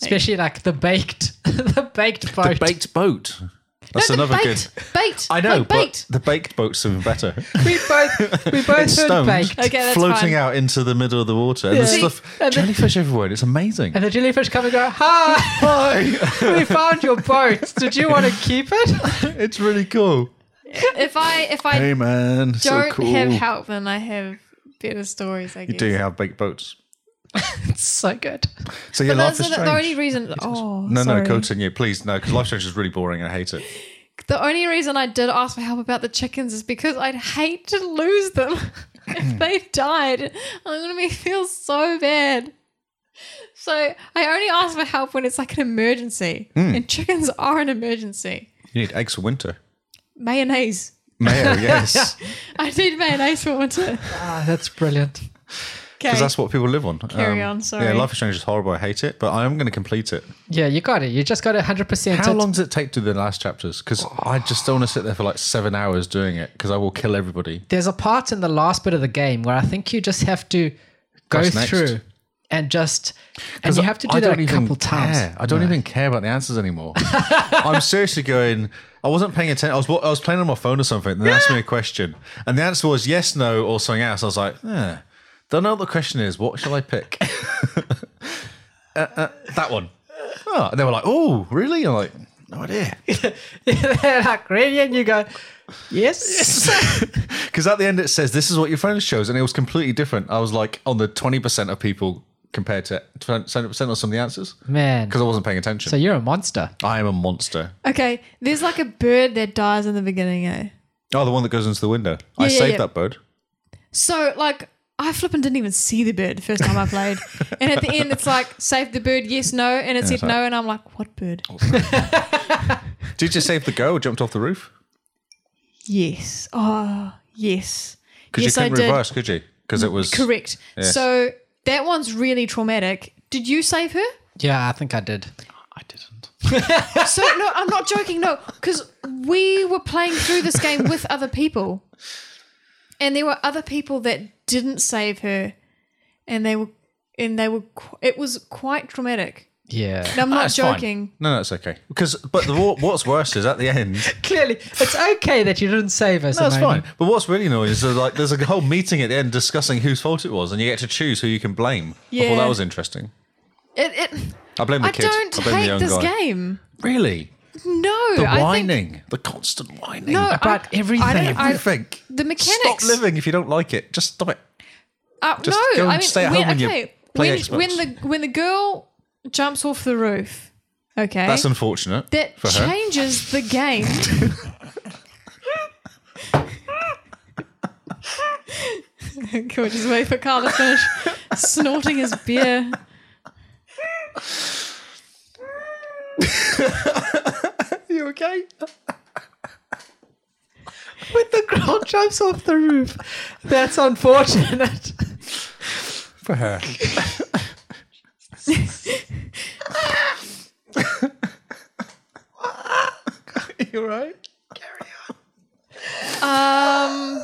S3: Especially like the baked, *laughs* the baked boat.
S1: The baked boat.
S2: No,
S1: That's
S2: the
S1: another
S2: baked,
S1: good.
S2: Baked.
S1: I know,
S2: like
S1: but
S2: baked.
S1: the baked boat's even better.
S3: we
S1: *laughs*
S3: both, we both
S1: It's
S3: heard
S1: stoned,
S3: baked.
S2: Okay, that's
S1: floating
S2: fine.
S1: out into the middle of the water, and there's
S2: See,
S1: stuff
S3: and the-
S1: jellyfish everywhere. It's
S2: *laughs*
S1: amazing.
S3: And the jellyfish come and go,
S1: *laughs*
S3: hi,
S1: Hi,
S3: we found your boat. Did you
S1: *laughs*
S3: want to keep it? *laughs*
S1: it's really cool.
S2: if I if I
S1: Hey man, so
S2: don't
S1: cool.
S2: have help, then I have better stories. I guess.
S1: you do have baked boats,
S3: It's so good.
S1: so your
S2: But
S1: life
S2: that's
S1: is
S2: the,
S1: strange.
S2: the only reason. Oh,
S1: no,
S2: sorry.
S1: no, continue, please. No, because life strange is really boring. and I hate it.
S2: The only reason I did ask for help about the chickens is because I'd hate to lose them. *laughs*
S1: Hmm.
S2: if they died, I'm gonna be feel so bad. So I only ask for help when it's like an emergency,
S1: Hmm.
S2: and chickens are an emergency.
S1: You need eggs for winter.
S2: Mayonnaise. *laughs*
S1: Mayo, yes, because
S2: I need mayonnaise
S1: *laughs*
S2: for winter.
S3: Ah, that's brilliant.
S2: Okay.
S1: that's what people live on. Um,
S2: Carry on, sorry.
S1: Yeah, life is strange is horrible. I hate it, but I am going to complete it.
S3: Yeah, you got it. You just got it 100%.
S1: How
S3: it.
S1: long does it take to do the last chapters? Because I just don't want to sit there for like seven hours doing it because I will kill everybody.
S3: There's a part in the last bit of the game where I think you just have to go
S1: Press next.
S3: through and just, and you have to do that a couple times.
S1: care. I don't even care about the answers anymore. *laughs* I'm seriously going. I wasn't paying attention. I was wa- I was playing on my phone or something. And they asked me a question, and the answer was yes, no, or something else. I was like, eh, don't know what the question is. What shall I pick? *laughs* Uh, uh, that one. Oh, and they were like, oh, really? I'm like, no
S3: *laughs*
S1: idea.
S3: They're like, really? And you go, yes.
S1: Because at the end it says this is what your friends chose, and it was completely different. I was like on the twenty percent of people compared to seventy percent on some of the answers
S3: Man.
S1: because I wasn't paying attention.
S3: So you're a monster.
S1: I am a monster.
S2: okay, there's like a bird that dies in the beginning, eh?
S1: Oh, the one that goes into the window. I
S2: Yeah, yeah,
S1: saved
S2: yeah.
S1: that bird.
S2: So like I flipping didn't even see the bird the first time I
S1: *laughs*
S2: played. and at the end it's like save the bird, yes, no, and it said
S1: it's like-
S2: no, and I'm like, what bird?
S1: Did you save the girl who jumped off the roof?
S2: Yes. Oh yes.
S1: Because
S2: yes,
S1: you
S2: I
S1: couldn't
S2: did. Mm,
S1: reverse, could you? Because it was
S2: Correct. So that one's really traumatic. Did you save her?
S3: Yeah, I think I did.
S1: I didn't.
S2: So no, I'm not joking. No, because we were playing through this game with other people, and there were other people that didn't save her, and they were, and they were. qu- It was quite traumatic.
S1: *laughs*
S3: Yeah.
S2: And I'm not
S1: That's Ah, fine.
S2: joking.
S1: No, that's okay. Because, but the, what- what's worse is at the end.
S3: Clearly, it's okay that you didn't save us.
S1: That's
S3: Simone.
S1: fine. But what's really annoying is there's like there's a whole meeting at the end discussing whose fault it was, and you get to choose who you can blame. I
S2: Yeah.
S1: thought that was interesting.
S2: It, it,
S1: I blame the
S2: I
S1: kids.
S2: don't
S1: I blame the
S2: hate
S1: young
S2: this
S1: guy.
S2: game.
S1: Really,
S2: No,
S1: the
S2: I think
S1: whining, the constant whining
S2: No,
S3: About
S2: I-
S3: everything.
S2: I don't- I-
S1: everything.
S2: the
S1: Stop
S2: mechanics.
S1: living if you don't like it. Just stop it.
S2: Uh,
S1: Just
S2: no,
S1: go
S2: I
S1: and
S2: mean,
S1: stay at
S2: when,
S1: home when you
S2: okay,
S1: play
S2: when,
S1: Xbox.
S2: when the when the girl jumps off the roof, okay,
S1: That's unfortunate
S2: Eh? that
S1: for her.
S2: changes the game. *laughs* Gorgeous way for Carl to finish snorting his beer.
S3: you okay? *laughs* when the girl jumps off the roof, that's unfortunate. *laughs*
S1: For her.
S3: You're right.
S2: Um,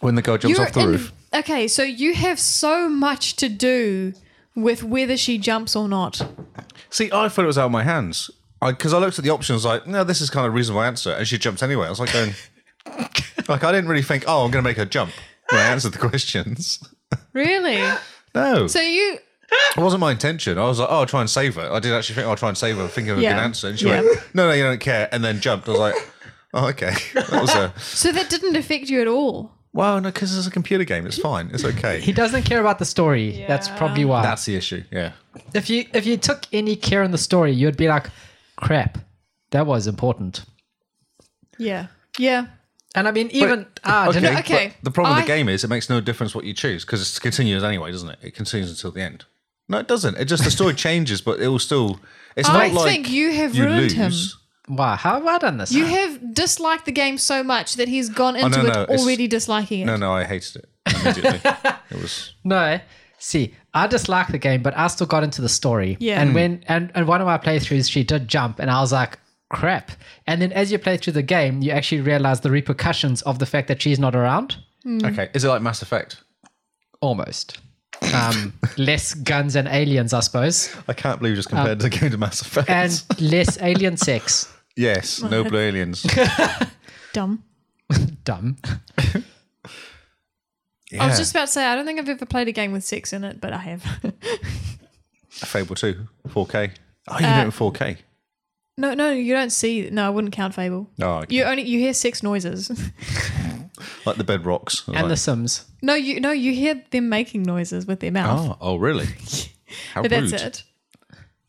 S1: When the girl jumps
S2: you're
S1: off the
S2: in-
S1: roof.
S2: Okay, so you have so much to do with whether she jumps or not.
S1: See, I thought it was out of my hands. Because I, looked at the options, like, no, this is kind of a reasonable answer. And she jumped anyway. I was like,
S2: *laughs*
S1: going, like, I didn't really think, oh, I'm going to make her jump when I answered the questions. *laughs*
S2: Really?
S1: No.
S2: So you
S1: It wasn't my intention. I was like, oh, I'll try and save her. I did actually think I'll try and save her, think of a
S2: Yeah.
S1: good answer. And she
S2: Yeah.
S1: went, no, no, you don't care. And then jumped. I was like, oh, okay. *laughs* That was
S2: *laughs*
S1: a,
S2: so that didn't affect you at all.
S1: well, no, because it's a computer game. It's fine. It's okay.
S3: He doesn't care about the story. That's
S2: Yeah.
S3: probably why.
S1: That's the issue. Yeah.
S3: if you if you took any care in the story, you'd be like, crap, that was important.
S2: Yeah. Yeah.
S3: And I mean, even ah, I didn't-
S2: No, okay.
S1: but The problem with the
S2: I-
S1: game is it makes no difference what you choose because it continues anyway, doesn't it? It continues until the end. No, it doesn't. It just the
S2: *laughs*
S1: story changes, but it will still. It's
S2: I
S1: not like
S2: think you have ruined him.
S1: lose.
S3: wow, how have I done this?
S2: You have disliked the game so much that he's gone into
S1: Oh, no,
S2: it
S1: no, it's-
S2: already disliking it.
S1: No, no, I hated it
S2: *laughs*
S1: immediately. it was
S3: No, see, I dislike the game, but I still got into the story.
S2: Yeah.
S3: And when and, and one of my playthroughs, she did jump, and I was like, crap. And then as you play through the game, you actually realize the repercussions of the fact that she's not around.
S2: Hmm.
S1: okay. Is it like Mass Effect?
S3: Almost. Um, less guns and aliens, I suppose,
S1: I can't believe you just compared
S2: Uh,
S1: the game to Mass Effect.
S3: and less alien sex.
S1: yes, no
S2: *laughs*
S1: blue aliens.
S2: Dumb.
S3: Dumb.
S1: Yeah.
S2: I was just about to say I don't think I've ever played a game with sex in it, but I have. *laughs*
S1: Fable Two, 4K. Oh,
S2: Uh,
S1: you did it in 4K.
S2: no, no, you don't see. No, I wouldn't count Fable.
S1: Oh, okay.
S2: You only you hear sex noises. *laughs*
S1: like the bed rocks.
S3: And The
S1: Like,
S3: Sims.
S2: no, you no, you hear them making noises with their mouth.
S1: oh, oh,
S2: *laughs*
S1: really? How
S2: but
S1: rude.
S2: that's it.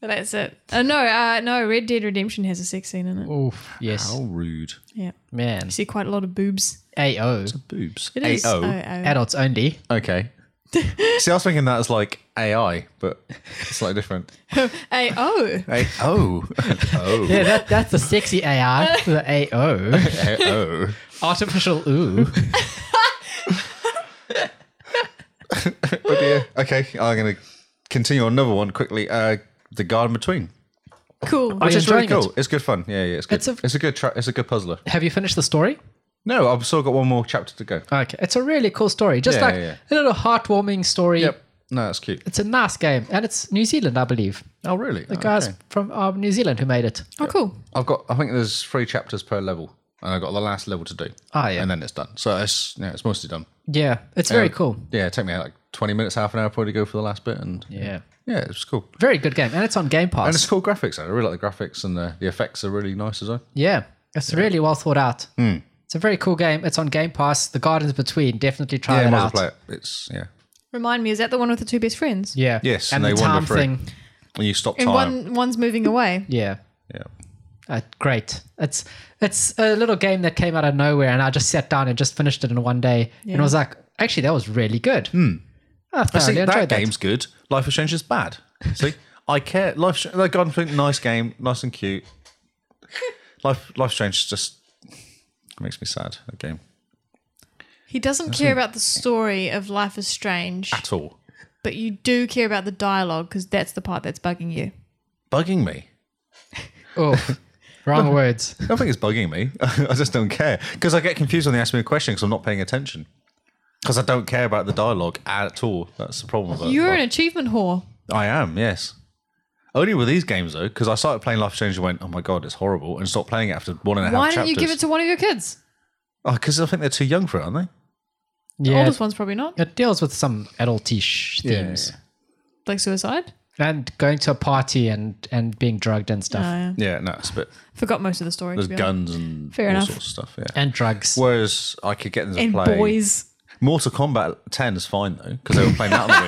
S2: But that's it. Uh, no, uh, no. Red Dead Redemption has a sex scene in
S1: Oh.
S2: it.
S3: Oof. Yes.
S1: How rude.
S2: Yeah,
S3: Man.
S2: you see quite a lot of boobs.
S3: AO.
S1: Boobs.
S2: It is.
S1: AO.
S2: oh, oh.
S3: Adults only.
S1: Okay.
S3: *laughs*
S1: See, I was thinking that as like AI, but it's slightly different.
S2: Hey, oh.
S1: A- oh. *laughs* oh.
S3: Yeah, *laughs* that, that's the sexy AI. the AO.
S1: A- oh.
S3: *laughs*
S1: *laughs*
S3: Artificial ooh.
S1: Oh dear. Okay, I'm going to continue on another one quickly. Uh, the Garden Between.
S2: Cool.
S1: Which is really
S3: enjoying
S1: cool. It's good fun. Yeah, yeah. It's good.
S3: It's
S1: It's
S3: a-
S1: a, good. Tra- it's a good puzzler.
S3: Have you finished the story?
S1: No, I've still got one more chapter to go.
S3: Okay. It's a really cool story. Just
S1: Yeah,
S3: like
S1: yeah.
S3: a little heartwarming story.
S1: Yep. No, that's cute.
S3: It's a nice game. And it's New Zealand, I believe.
S1: Oh, really?
S3: The guys from uh, New Zealand who made it.
S2: Oh, cool.
S1: I've got. I think there's three chapters per level, and I've got the last level to do.
S3: Ah, yeah.
S1: And then it's done. So it's yeah, it's mostly done.
S3: Yeah. It's very cool.
S1: Yeah, it took me like 20 minutes, half an hour probably to go for the last bit, and
S3: Yeah.
S1: yeah, it was cool.
S3: Very good game. And it's on Game
S1: And
S3: Pass.
S1: it's cool graphics. though. I really like the graphics, and the, the effects are really nice as well.
S3: yeah. It's really well thought out.
S1: Hmm.
S3: It's a very cool game. It's on Game Pass. The Gardens Between. Definitely try
S1: Yeah,
S3: that
S1: might as well
S3: out.
S1: play it. It's yeah,
S2: Remind me, is that the one with the two best friends?
S3: Yeah.
S1: Yes,
S3: And
S1: and
S3: the
S1: they wander
S3: time
S1: through.
S3: thing.
S1: and you stop
S2: And
S1: time.
S2: one one's moving away.
S3: Yeah.
S1: yeah,
S3: Uh, great. It's it's a little game that came out of nowhere, and I just sat down and just finished it in one day, and
S2: Yeah.
S3: was like, actually, that was really good. I
S1: Hmm. see
S3: thoroughly
S1: that
S3: enjoyed Oh, that.
S1: game's good. Life is Strange is bad. See, I care. Life, is Strange- like God, nice game, nice and cute. Life, Life is Strange is just makes me sad. That game
S2: He doesn't care about the story of Life is Strange,
S1: at all
S2: but you do care about the dialogue because that's the part that's bugging you.
S1: bugging me. *laughs*
S3: Oh, wrong words.
S1: I don't think it's bugging me. *laughs* I just don't care because I get confused when they ask me a question because I'm not paying attention. Because I don't care about the dialogue at all. That's the problem. with it.
S2: You're
S1: Like-
S2: an achievement whore.
S1: I am, yes. Only with these games though, because I started playing Life is Strange and went, "Oh my god, it's horrible," and stopped playing it after one and a half.
S2: Why don't
S1: chapters.
S2: you give it to one of your kids?
S1: Because I think they're too young for it, aren't they?
S2: The
S3: Yeah,
S2: oldest one's probably not.
S3: it deals with some adultish
S1: Yeah,
S3: themes
S2: Like suicide.
S3: and going to a party and and being drugged and stuff
S2: Uh,
S1: Yeah, no, it's a bit.
S2: forgot most of the story.
S1: There's
S2: To be honest.
S1: guns and
S2: Fair
S1: all
S2: enough.
S1: sorts of stuff. Yeah.
S3: and drugs.
S1: Whereas I could get them to
S2: and
S1: play *laughs*
S2: boys.
S1: Mortal Kombat 10 is fine though, because they were playing that on the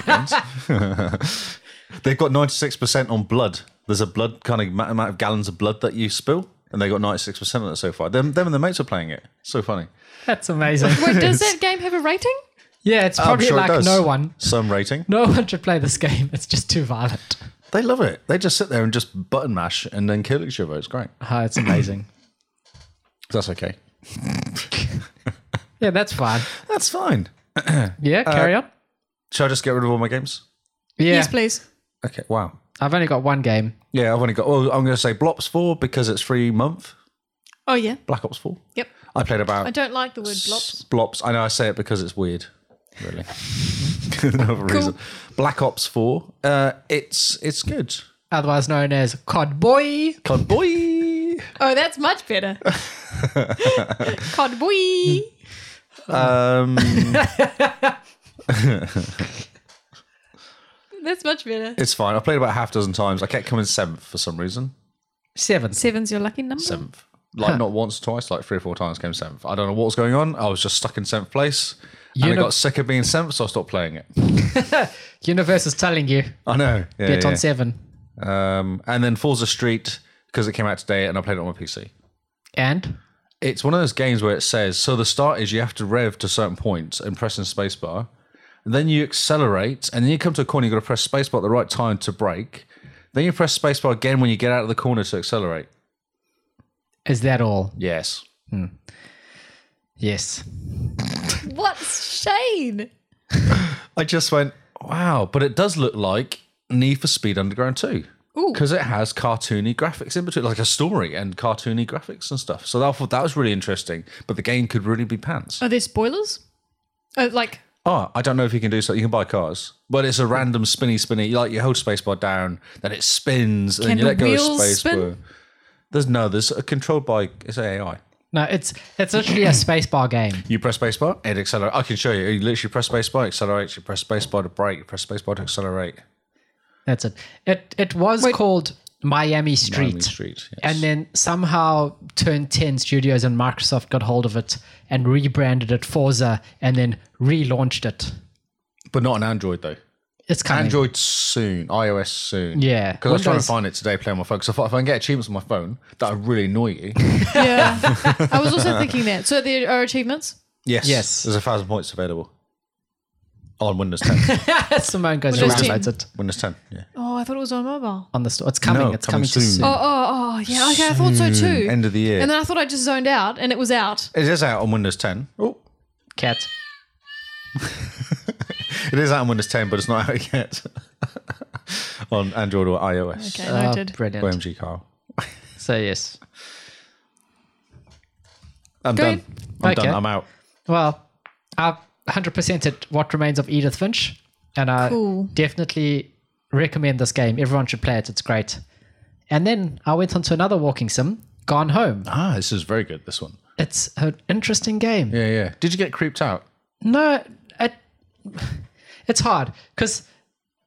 S1: weekends.
S2: *laughs*
S1: They've got 96% on blood. There's a blood kind of ma- amount of gallons of blood that you spill, and they got 96% on it so far. Them, them and their mates are playing it. So funny.
S3: That's amazing.
S2: Wait, does that game have a rating?
S3: *laughs* yeah, it's
S1: I'm
S3: probably
S1: sure it
S3: like
S1: does.
S3: no one,
S1: Some rating.
S3: *laughs* no one should play this game. It's just too violent.
S1: They love it. They just sit there and just button mash and then kill each other. It's great.
S3: Ah, it's amazing.
S1: That's okay.
S3: *clears throat* yeah, that's fine.
S1: That's fine. Uh,
S3: Yeah, carry on.
S1: Shall I just get rid of all my games?
S3: Yeah,
S2: Yes, please.
S1: Okay. Wow.
S3: I've only got one game.
S1: Yeah, I've only got. Well, I'm going to say Blops Four because it's free month.
S2: Oh yeah.
S1: Black Ops Four.
S2: Yep.
S1: I played about
S2: I don't like the word blops.
S1: Blops. I know I say it because it's weird, really. *laughs* Another reason. Black Ops Four. Uh, it's it's good.
S3: Otherwise known as COD Boy.
S1: Cod boy.
S2: Oh, that's
S1: *laughs*
S2: much better. Cod boy.
S1: Um,
S2: That's much better.
S1: it's fine. I played about half dozen times. I kept coming seventh for some reason.
S3: Seventh.
S2: Seven's your lucky number.
S1: Seventh. Like not once, twice, like three or four times came seventh. I don't know what was going on. I was just stuck in seventh place.
S3: You
S1: and
S3: know-
S1: I got sick of being seventh, so I stopped playing it.
S3: Universe is telling you.
S1: I know. Yeah,
S3: Get
S1: yeah,
S3: on
S1: yeah.
S3: seven.
S1: Um, and then Forza Street because it came out today, and I played it on my PC.
S3: And
S1: It's one of those games where it says so the start is you have to rev to certain points and press in spacebar, and then you accelerate, and then you come to a corner. You got to press spacebar at the right time to brake. Then you press spacebar again when you get out of the corner to accelerate.
S3: is that all?
S1: Yes.
S3: Yes.
S2: What shade?
S1: I just went wow, but it does look like Need for Speed Underground Two
S2: Ooh.
S1: because it has cartoony graphics in between, like a story and cartoony graphics and stuff. So I thought that was really interesting, but the game could really be pants.
S2: Are there spoilers? Uh, like,
S1: Oh, I don't know if you can do so. You can buy cars, but it's a random spinny, spinny. Like you hold spacebar down, then it spins, and then
S2: Can
S1: you
S2: the
S1: let go of
S2: wheels
S1: spacebar.
S2: spin?
S1: There's no, there's a controlled by it's AI.
S3: No, it's
S1: *coughs*
S3: it's literally a spacebar game.
S1: You press spacebar, it accelerates. I can show you. You literally press spacebar, it accelerates. You press spacebar to brake. You press spacebar to accelerate.
S3: That's it. It it was called Miami Street.
S1: Miami Street. yes.
S3: And then somehow Turn 10 Studios and Microsoft got hold of it and rebranded it Forza and then relaunched it.
S1: but not an Android though.
S3: It's coming.
S1: Android soon, iOS soon.
S3: Yeah.
S1: because I was trying to
S3: Windows-
S1: find it today, playing on my phone. Because if I if I can get achievements on my phone, that would really annoy you.
S2: yeah. I was also thinking that. So there are achievements.
S1: *laughs* yes,
S3: Yes.
S1: There's a thousand points available on Windows
S2: *laughs*
S1: 10.
S3: *laughs* Simone goes
S2: Windows
S3: around
S2: 10.
S3: about it
S1: Windows 10. Yeah.
S2: Oh, I thought it was on mobile.
S3: on the store. It's coming.
S1: No,
S3: it's
S1: coming
S3: coming, to soon.
S1: soon.
S2: Oh, oh, oh, yeah. Okay, I thought so too.
S1: Hmm, End of the year.
S2: And then I thought I just zoned out, and it was out.
S1: It is out on Windows 10. Oh,
S3: Cat.
S1: it is out on Windows 10, but it's not *laughs* out yet on Android or iOS.
S2: Okay,
S3: Oh,
S2: noted.
S3: brilliant.
S1: OMG, Carl.
S3: So, yes.
S1: I'm
S2: Go
S1: done.
S2: ahead.
S1: I'm
S3: Okay.
S1: done. I'm out.
S3: Well, I 100% at What Remains of Edith Finch. And I
S2: Cool.
S3: definitely recommend this game. Everyone should play it. It's great. And then I went on to another walking sim, Gone Home.
S1: Ah, this is very good. This one.
S3: It's an interesting game.
S1: Yeah, yeah. Did you get creeped out?
S3: No, it, it's hard because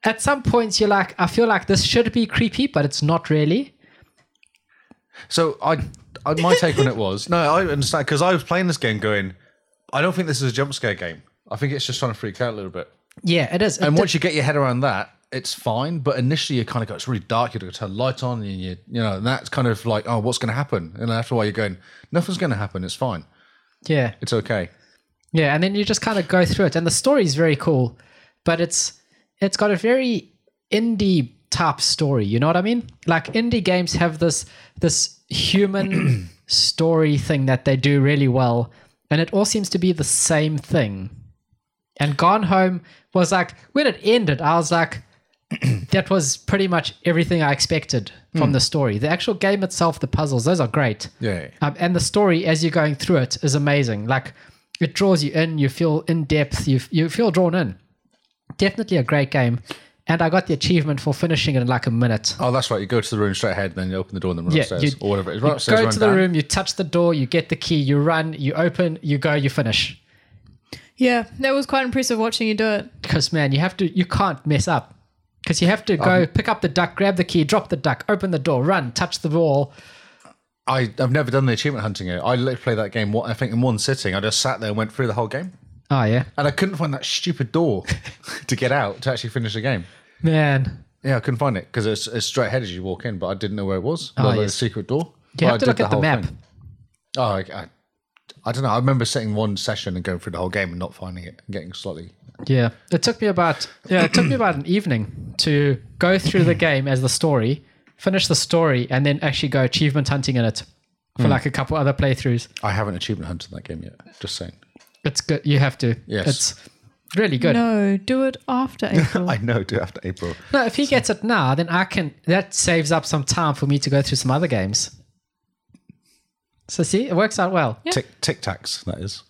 S3: at some points you're like, I feel like this should be creepy, but it's not really.
S1: So I, I my take on it
S3: *laughs*
S1: was no, I understand because I was playing this game going, I don't think this is a jump scare game. I think it's just trying to freak out a little bit.
S3: Yeah, it is. It
S1: And
S3: did-
S1: once you get your head around that, it's fine. But initially, you kind of go, it's really dark. You've got to turn the light on, and you, you know, and that's kind of like, oh, what's going to happen? And after a while, you're going, nothing's going to happen. It's fine.
S3: yeah,
S1: It's okay.
S3: yeah, and then you just kind of go through it, and the story is very cool, but it's it's got a very indie type story. You know what I mean? Like indie games have this this human story thing that they do really well, and it all seems to be the same thing. And Gone Home was like when it ended, I was like, *clears throat* that was pretty much everything I expected from the story. The actual game itself, the puzzles, those are great.
S1: Yeah.
S3: Um, and the story as you're going through it is amazing. Like it draws you in, you feel in depth, you you feel drawn in. Definitely a great game. And I got the achievement for finishing it in like a minute.
S1: Oh, that's right. You go to the room straight ahead, then you open the door, and then run
S3: Yeah,
S1: upstairs
S3: you-
S1: or whatever. Oh, It's
S3: You
S1: run upstairs,
S3: go
S1: run
S3: to the
S1: down.
S3: room, you touch the door, you get the key, you run, you open, you go, you finish.
S2: Yeah, that was quite impressive watching you do it.
S3: Because man, you have to, you can't mess up. Because you have to go
S1: Um,
S3: pick up the duck, grab the key, drop the duck, open the door, run, touch the wall.
S1: I, I've never done the achievement hunting here. I literally played that game. What I think in one sitting, I just sat there and went through the whole game,
S3: Oh yeah,
S1: and I couldn't find that stupid door *laughs* to get out to actually finish the game.
S3: man.
S1: Yeah, I couldn't find it because it's, it's straight ahead as you walk in, but I didn't know where it was. Oh,
S3: Ah, yes.
S1: secret door.
S3: You
S1: But
S3: have
S1: I
S3: to
S1: did
S3: look at the
S1: whole
S3: map.
S1: thing. Oh, I, I, I don't know. I remember sitting one session and going through the whole game and not finding it, and getting slightly.
S3: Yeah, it took me about yeah, it took me about an evening to go through the game as the story, finish the story, and then actually go achievement hunting in it for like a couple other playthroughs.
S1: I haven't achievement hunted that game yet. Just saying.
S3: It's good. You have to.
S1: Yes.
S3: It's really good. No.
S2: No, do it
S1: *laughs*
S2: after April.
S1: I know. Do after April.
S3: if he gets it now, then I can. That saves up some time for me to go through some other games. So see, it works out well.
S2: Yeah.
S1: Tic Tic Tacs. That is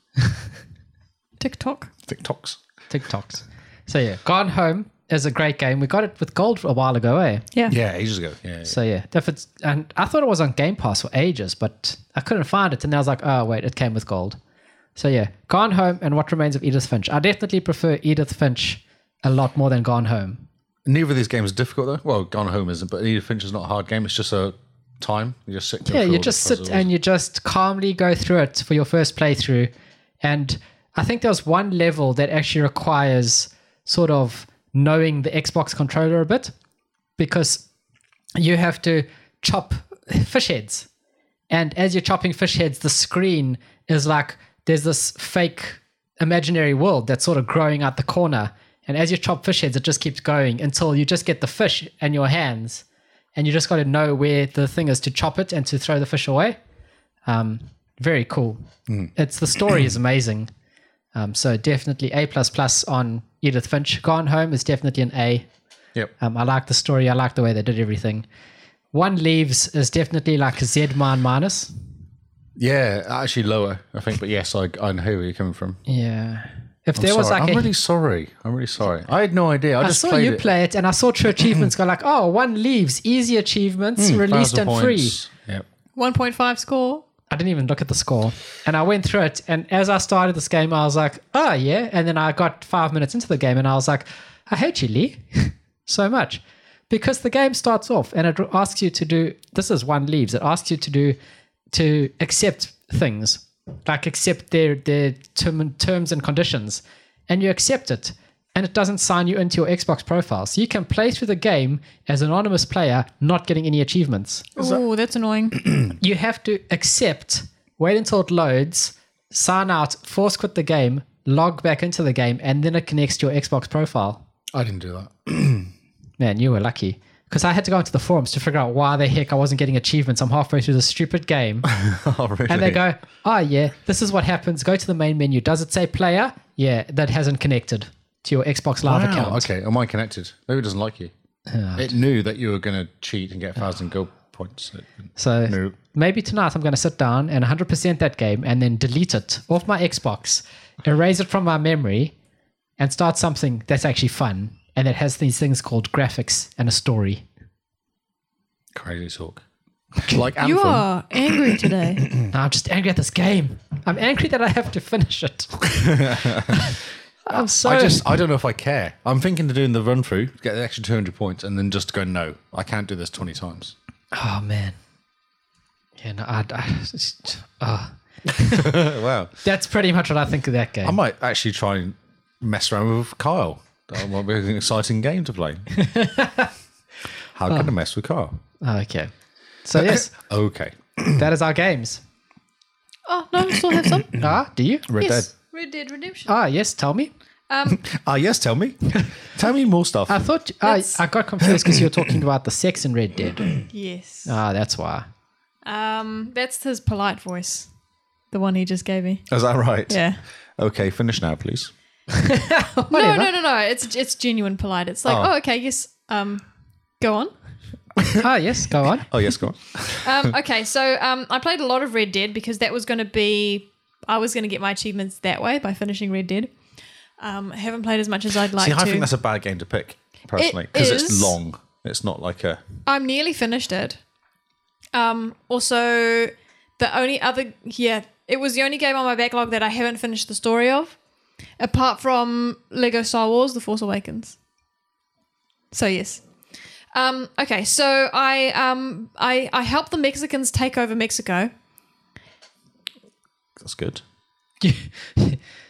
S2: TikTok.
S1: TikToks.
S3: TikToks. So yeah, Gone Home is a great game. We got it with gold a while ago, eh?
S2: Yeah.
S1: Yeah, ages ago. Yeah. yeah.
S3: So yeah, if it's and I thought it was on Game Pass for ages, but I couldn't find it, and I was like, oh wait, it came with gold. So yeah, Gone Home and What Remains of Edith Finch. I definitely prefer Edith Finch a lot more than Gone Home.
S1: Neither of these games are difficult though. Well, Gone Home isn't, but Edith Finch is not a hard game. It's just a time. You just sit.
S3: Yeah, you just sit and you just calmly go through it for your first playthrough, and I think there's one level that actually requires sort of knowing the Xbox controller a bit, because you have to chop fish heads. And as you're chopping fish heads, the screen is like there's this fake imaginary world that's sort of growing out the corner. And as you chop fish heads, it just keeps going until you just get the fish in your hands. And you just got to know where the thing is to chop it and to throw the fish away. Um, very cool. It's the story is amazing. Um, so definitely A plus plus on Edith Finch. Gone Home is definitely an A.
S1: Yep.
S3: Um, I like the story. I like the way they did everything. One leaves is definitely like a Z man minus.
S1: Yeah, actually lower, I think. But yes, I, I know where you're coming from.
S3: Yeah. If
S1: I'm
S3: there was
S1: sorry.
S3: like
S1: I'm
S3: a,
S1: really sorry. I'm really sorry. I had no idea. I,
S3: I
S1: just
S3: saw
S1: played
S3: you
S1: it.
S3: play it and I saw true achievements go like, oh, one leaves, easy achievements, released
S1: 1,000
S3: and free.
S1: Mm. points. Yep.
S2: 1.5 score.
S3: I didn't even look at the score. And I went through it. And as I started this game, I was like, oh, yeah. And then I got five minutes into the game and I was like, I hate you, Lee, *laughs* so much. Because the game starts off and it asks you to do this is one leaves. It asks you to do, to accept things, like accept their, their term, terms and conditions. And you accept it. And it doesn't sign you into your Xbox profile. So you can play through the game as an anonymous player, not getting any achievements
S2: Oh, that's
S1: *coughs*
S2: annoying.
S3: you have to accept, wait until it loads, sign out, force quit the game, log back into the game, and then it connects to your Xbox profile.
S1: I didn't do that.
S3: Man, you were lucky. Because I had to go into the forums to figure out why the heck I wasn't getting achievements. I'm halfway through this stupid game.
S1: *laughs* oh, really?
S3: And they go, oh, yeah, this is what happens. Go to the main menu. Does it say player? Yeah, that hasn't connected to your Xbox Live
S1: Wow,
S3: account.
S1: Okay, am I connected? Maybe it doesn't like you. It knew that you were going to cheat and get a thousand gold points. It-
S3: So
S1: No.
S3: maybe tonight I'm going to sit down and 100% that game and then delete it off my Xbox, erase it from my memory, and start something that's actually fun and that has these things called graphics and a story.
S1: Crazy talk. *laughs* Like Anthem.
S2: You are angry
S1: *coughs*
S2: today.
S1: Hmm.
S3: Now I'm just angry at this game. I'm angry that I have to
S1: *laughs*
S3: finish it. I'm so.
S1: I just, I don't know if I care. I'm thinking of doing the run through, get the extra 200 points, and then just go, no, I can't do this 20 times.
S3: oh, man. Yeah, no, I, I, just- oh.
S1: Oh, wow.
S3: That's pretty much what I think of that game.
S1: I might actually try and mess around with Kyle. That might be an exciting game to
S2: *laughs*
S1: play. How can I mess with Kyle?
S3: okay.
S2: Uh,
S1: *coughs*
S3: So, yes,
S1: Okay.
S3: that is our games.
S2: Oh, no, I still
S1: *coughs*
S2: have some.
S3: Ah, do you?
S1: Hmm. Red
S2: yes. Red Dead Redemption.
S1: Uh,
S3: Ah, yes, tell me.
S1: Dead. Ah, yes, tell me. tell me more
S2: *laughs*
S1: stuff.
S3: I thought I,
S2: That's-
S3: I got confused because you were talking about the sex in Red
S2: *coughs*
S3: Dead.
S2: Yes.
S3: Ah, that's why.
S2: Um, that's his polite voice, the one he just gave me.
S1: Is that right?
S2: Yeah.
S1: Okay, finish now, please.
S2: No,
S3: Whatever.
S2: no, no, no. It's it's genuine polite. It's like,
S1: Oh.
S2: oh, okay, yes. Um, go on.
S3: Ah, yes, go on. *laughs*
S1: Oh,
S2: *laughs*
S1: yes, go on.
S2: Um, okay, so um, I played a lot of Red Dead because that was going to be. I was going to get my achievements that way by finishing Red Dead. Um, I haven't played as much as I'd like
S1: See, I
S2: to.
S1: think that's a bad game to pick, personally,
S2: It
S1: because it's
S2: is.
S1: long. It's not like a.
S2: I'm nearly finished it. Um, also, the only other yeah, it was the only game on my backlog that I haven't finished the story of, apart from Lego Star Wars: The Force Awakens. So yes. Um, okay, so I um I I helped the Mexicans take over Mexico.
S1: That's good.
S2: Yeah,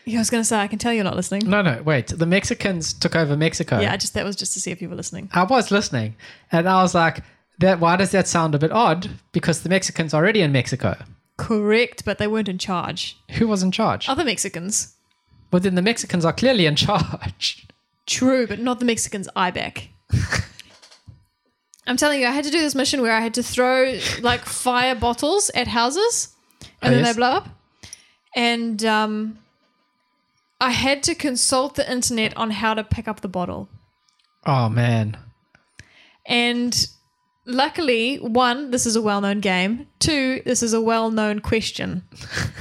S2: I was gonna say I can tell you're not listening.
S3: no, no, wait. The Mexicans took over Mexico.
S2: Yeah, I just that was just to see if you were listening.
S3: I was listening, and I was like, "That why does that sound a bit odd?" Because the Mexicans are already in Mexico.
S2: correct, but they weren't in charge.
S3: Who was in charge?
S2: Other Mexicans.
S3: Well, then the Mexicans are clearly in *laughs* charge.
S2: True, but not the Mexicans' eye back. I'm telling you, I had to do this mission where I had to throw like fire bottles at houses and
S3: Oh,
S2: then
S3: yes.
S2: they blow up. And um, I had to consult the internet on how to pick up the bottle.
S3: Oh man.
S2: And luckily, one, this is a well known game. Two, this is a well known question.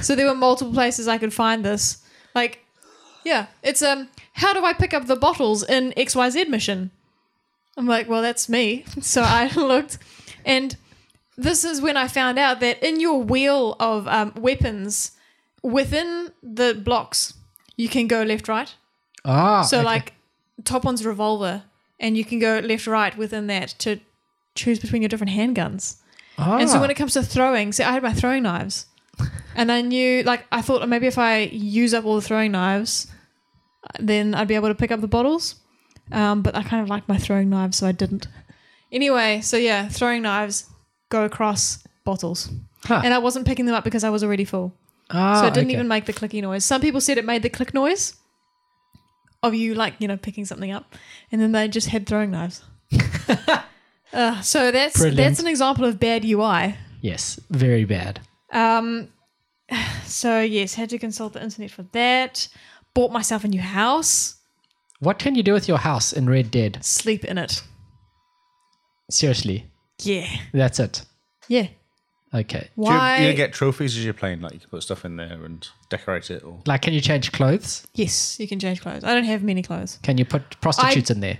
S2: so there were multiple places I could find this. Like, yeah, it's um, how do I pick up the bottles in XYZ mission? I'm like, well, that's me. *laughs* So I looked, and this is when I found out that in your wheel of um, weapons within the blocks, you can go left, right.
S3: Ah.
S2: So
S3: okay.
S2: like top one's revolver, and you can go left right within that to choose between your different handguns.
S3: ah.
S2: And so when it comes to throwing, see, I had my throwing knives, and I knew like I thought "Oh, maybe if I use up all the throwing knives, then I'd be able to pick up the bottles. Um, but I kind of liked my throwing knives, so I didn't. Anyway, so yeah, throwing knives go across bottles,
S3: Huh.
S2: and I wasn't picking them up because I was already full.
S3: ah,
S2: So it didn't
S3: okay.
S2: even make the clicky noise. Some people said it made the click noise of you, like, you know, picking something up. And then they just had
S3: *laughs*
S2: throwing knives. uh, so that's
S3: Brilliant.
S2: that's an example of bad UI.
S3: Yes, very bad.
S2: Um, *sighs* so, yes, had to consult the internet for that. Bought myself a new house.
S3: What can you do with your house in Red Dead?
S2: Sleep in it.
S3: Seriously,
S2: Yeah.
S3: that's it.
S2: Yeah.
S3: Okay.
S1: Do you,
S2: Why?
S1: you get trophies as you're playing? Like you can put stuff in there and decorate it, or
S3: Like, can you change clothes?
S2: yes, you can change clothes. I don't have many clothes.
S3: Can you put prostitutes in there?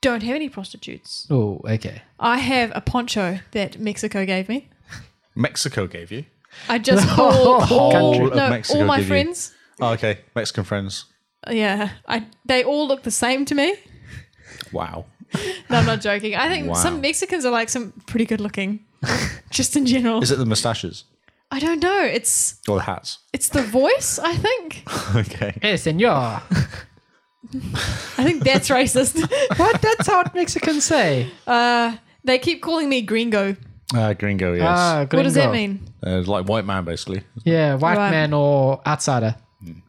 S2: Don't have any prostitutes.
S3: Oh, okay.
S2: I have a poncho that Mexico gave me.
S1: Mexico gave you.
S2: I just
S1: *laughs*
S3: whole-
S2: all,
S3: whole
S2: all,
S1: country of
S2: no,
S1: Mexico
S2: all my
S1: did you?
S2: friends.
S1: Oh, okay, Mexican friends.
S2: Yeah, I they all look the same to me.
S1: Wow.
S2: No,
S1: *laughs*
S2: I'm not joking. I think
S1: Wow.
S2: some Mexicans are like some pretty
S1: *laughs*
S2: good looking, just in general.
S1: Is it the mustaches
S2: I don't know. It's
S1: or the hats? *laughs*
S2: it's the voice. I think.
S1: okay.
S3: Hey, senor.
S2: I
S1: *laughs*
S2: think that's racist.
S3: what? *laughs* That's
S2: *laughs*
S3: how Mexicans say.
S2: Uh, they keep calling me gringo.
S1: Uh, gringo, yes.
S3: Ah,
S2: What does
S3: gringo.
S2: that mean?
S1: Uh, like white man, basically.
S3: Yeah, white
S2: Right.
S3: man or outsider.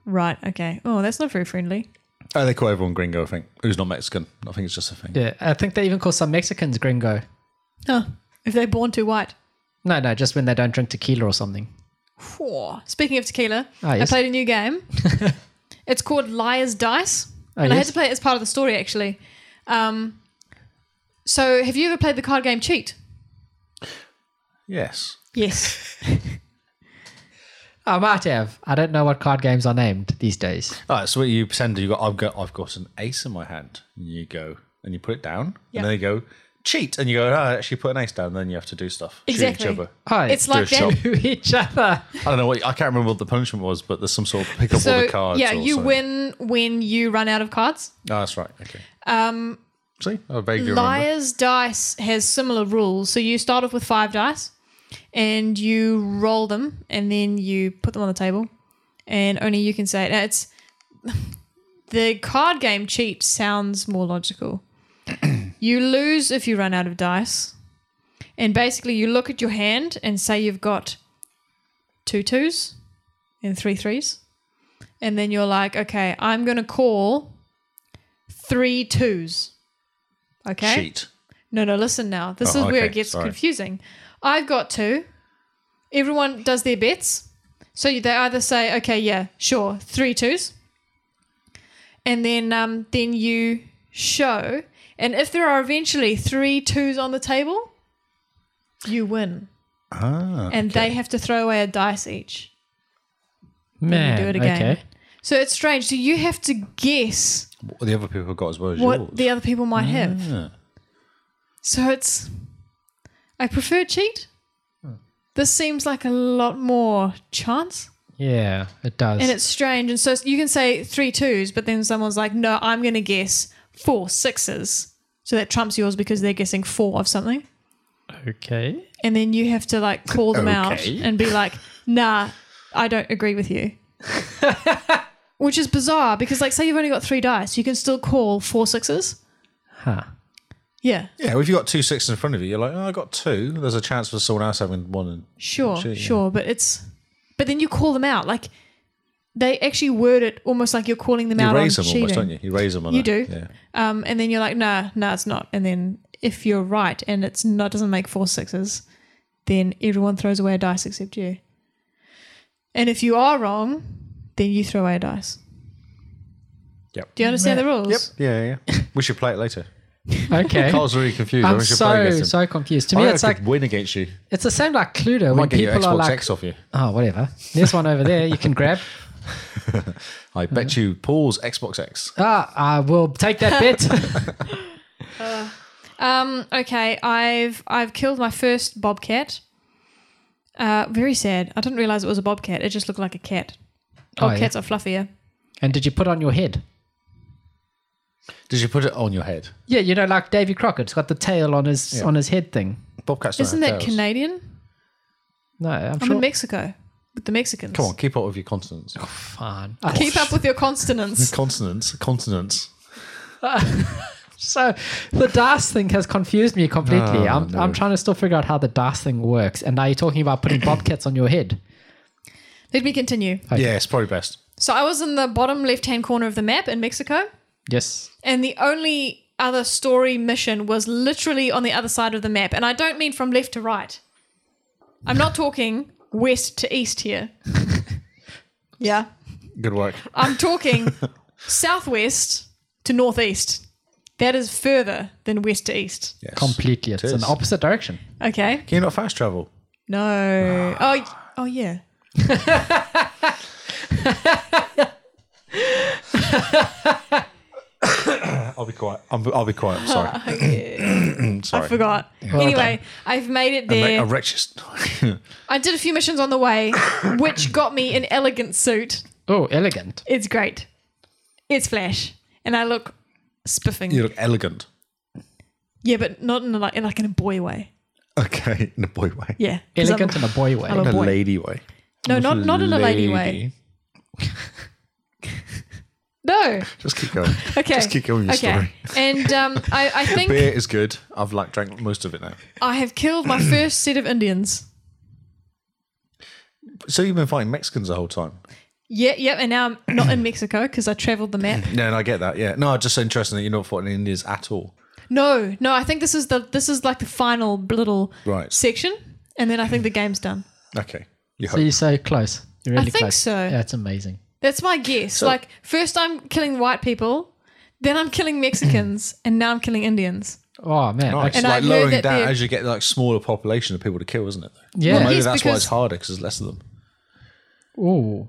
S2: Right. Okay. Oh, that's not very friendly.
S1: Oh, they call everyone gringo. I think who's not Mexican. I think it's just a thing.
S3: Yeah, I think they even call some Mexicans gringo.
S2: Huh. If they're born too white.
S3: No, no, just when they don't drink tequila or something.
S2: Whew. Speaking of tequila,
S3: Ah, yes.
S2: I played a
S1: *laughs*
S2: new game. it's called Liar's Dice.
S3: Ah,
S2: and I
S3: yes.
S2: had to play it as part of the story, actually. Um, so, have you ever played the card game Cheat?
S1: Yes.
S2: Yes.
S3: I might have. I don't know what card games are named these days.
S1: All right. So what you pretend you got? I've got. I've got an ace in my hand. And you go and you put it down,
S2: Yeah.
S1: and then you go cheat, and you go. Oh, I actually put an ace down. And then you have to do stuff. Shoot
S2: Exactly.
S1: each other.
S3: Oh,
S2: *laughs* it's like
S1: Do a
S2: that.
S1: shot.
S3: *laughs* to each other.
S1: I don't know what I can't remember what the punishment was, but there's some sort of pick up all
S2: So,
S1: the cards.
S2: yeah,
S1: or
S2: you
S1: something.
S2: win when you run out of cards.
S1: Oh, that's right. Okay. Um, See, I vaguely remember.
S2: Liar's Dice has similar rules. So, you start off with five dice and you roll them and then you put them on the table, and only you can say it. Now, It's. *laughs* The card game cheat sounds more logical. *clears throat* you lose if you run out of dice. And basically, you look at your hand and say you've got two twos and three threes. And then you're like, okay, I'm going to call three twos. Okay?
S1: Cheat.
S2: No, no, listen now. This
S1: Oh,
S2: is where
S1: okay.
S2: it gets
S1: Sorry.
S2: confusing. I've got two. Everyone does their bets. So they either say, okay, yeah, sure, three twos. And then um, then you show. And if there are eventually three twos on the table, you win.
S1: Ah.
S2: And they have to throw away a dice each.
S3: Man,
S2: do it again.
S3: okay.
S2: So it's strange. So you have to guess
S1: What the other people have got as well as
S2: what
S1: yours.
S2: the other people might have.
S1: Yeah.
S2: So it's. I prefer cheat.
S1: Hmm.
S2: This seems like a lot more chance.
S3: Yeah, it does.
S2: And it's strange. And so you can say three twos, but then someone's like, no, I'm going to guess four sixes. So that trumps yours because they're guessing four of something.
S3: okay.
S2: And then you have to like call them out
S1: Okay.
S2: and be like, nah, I don't agree with
S1: *laughs*
S2: you. Which is bizarre because, like, say you've only got three dice, you can still call four sixes.
S3: Huh.
S2: Yeah,
S1: Yeah, well, if you've got two sixes in front of you, you're like, oh, I got two. There's a chance for someone else having one. And
S2: sure,
S1: Shit, yeah.
S2: sure. But it's, but then you call them out. Like they actually word it almost like you're calling them
S1: you
S2: out
S1: raise
S2: on
S1: them
S2: cheating.
S1: almost, don't you? You raise them on
S2: You
S1: it.
S2: do.
S1: Yeah.
S2: Um, and then you're like, nah, nah, it's not. And then if you're right and it's not doesn't make four sixes, then everyone throws away a dice except you. And if you are wrong, then you throw away a dice.
S1: Yep.
S2: Do you understand the
S1: Yep.
S2: rules?
S1: Yeah,
S3: *laughs*
S1: yeah. we should play it later. *laughs*
S3: Okay.
S1: Carl's really confused. I
S3: I'm
S1: mean, we should play
S3: so
S1: against him.
S3: so confused. To me,
S1: I
S3: it's
S1: could
S3: like
S1: win against you.
S3: it's the same like Cluedo
S1: I
S3: when
S1: might get your
S3: people are
S1: Xbox
S3: like,
S1: X off you.
S3: oh, whatever. There's one over there you can *laughs* grab.
S1: I bet you Paul's Xbox X.
S3: Ah, I will take *laughs* that bet.
S2: Um, okay, I've I've killed my first bobcat. Uh, very sad. I didn't realize it was a bobcat. It just looked like a cat.
S3: Oh, yeah.
S2: Bobcats are fluffier.
S3: and did you put on your head?
S1: Did you put it on your head?
S3: Yeah, you know, like Davy Crockett's got the tail on his on his head thing.
S1: Bobcats don't
S2: Isn't
S1: have
S2: that
S1: tails.
S2: Canadian?
S3: No, I'm
S2: I'm
S3: sure.
S2: in Mexico with the Mexicans.
S1: Come on, keep up with your
S3: *laughs*
S1: consonants.
S3: Fine. I-
S2: Keep up with your
S1: *laughs*
S2: consonants.
S1: consonants, consonants.
S3: So the dice thing has confused me completely.
S1: Oh,
S3: I'm,
S1: no.
S3: I'm trying to still figure out how the dice thing works. And now you're talking about *coughs* putting bobcats on your head.
S2: Let me continue.
S3: Okay.
S1: Yeah, it's probably best.
S2: So I was in the bottom left hand corner of the map in Mexico,
S3: Yes.
S2: and the only other story mission was literally on the other side of the map. And I don't mean from left to right, I'm not talking west to east here. *laughs* yeah.
S1: Good work.
S2: I'm talking southwest to northeast. That is further than west to east.
S1: Yes.
S3: Completely. It's
S1: It
S3: in
S1: is.
S3: the opposite direction.
S2: Okay.
S1: Can you not fast travel?
S2: No. Oh, y- oh yeah.
S1: I'll be quiet. I'm, I'll be quiet. I'm
S3: *laughs*
S1: sorry.
S2: Oh,
S1: *coughs*
S2: yeah.
S1: I'm *clears throat* sorry.
S2: I forgot. anyway, I've made it
S1: I,
S2: there.
S1: I wretched.
S2: I did a few missions on
S1: *coughs*
S2: the way, which got me an elegant suit.
S3: Oh, elegant.
S2: It's great. It's flash, and I look
S1: *laughs*
S2: spiffing.
S1: you look elegant.
S2: Yeah, but not in a, like in like in a boy way.
S1: Okay, in a boy way.
S2: Yeah, 'Cause
S3: Elegant
S2: I'm-
S3: in a boy way.
S2: I'm a-
S1: In a
S2: boy.
S1: lady way.
S2: no, not not in a lady way. No.
S1: Just keep
S2: *laughs*
S1: going.
S2: Okay.
S1: Just keep going with your
S2: okay. And um, I,
S1: *laughs*
S2: I think
S1: Beer is good. I've like drank most of it now.
S2: I have killed my first set of Indians.
S1: So you've been fighting Mexicans the whole time?
S2: Yeah, yeah, and now I'm
S1: *coughs*
S2: not in Mexico because I travelled the map.
S1: No, and I get that. Yeah. No, just so interesting that you're not fighting Indians at all.
S2: No, no, I think this is the this is like the final little
S1: Right.
S2: section, and then I think the game's done.
S1: Okay. You
S3: So you say close. You're really
S2: I think
S3: close.
S2: so.
S3: Yeah, it's amazing.
S2: That's my guess. like first I'm killing white people, then I'm killing Mexicans, and now I'm killing Indians.
S3: Oh man.
S1: Nice.
S3: Okay.
S2: And
S1: like
S2: I've heard
S1: lowering
S2: that
S1: down
S2: they're-
S1: as you get like smaller population of people to kill, isn't it?
S3: Yeah.
S1: Maybe
S2: Yes,
S1: that's why it's
S2: because-
S1: harder because there's less of them.
S3: Ooh.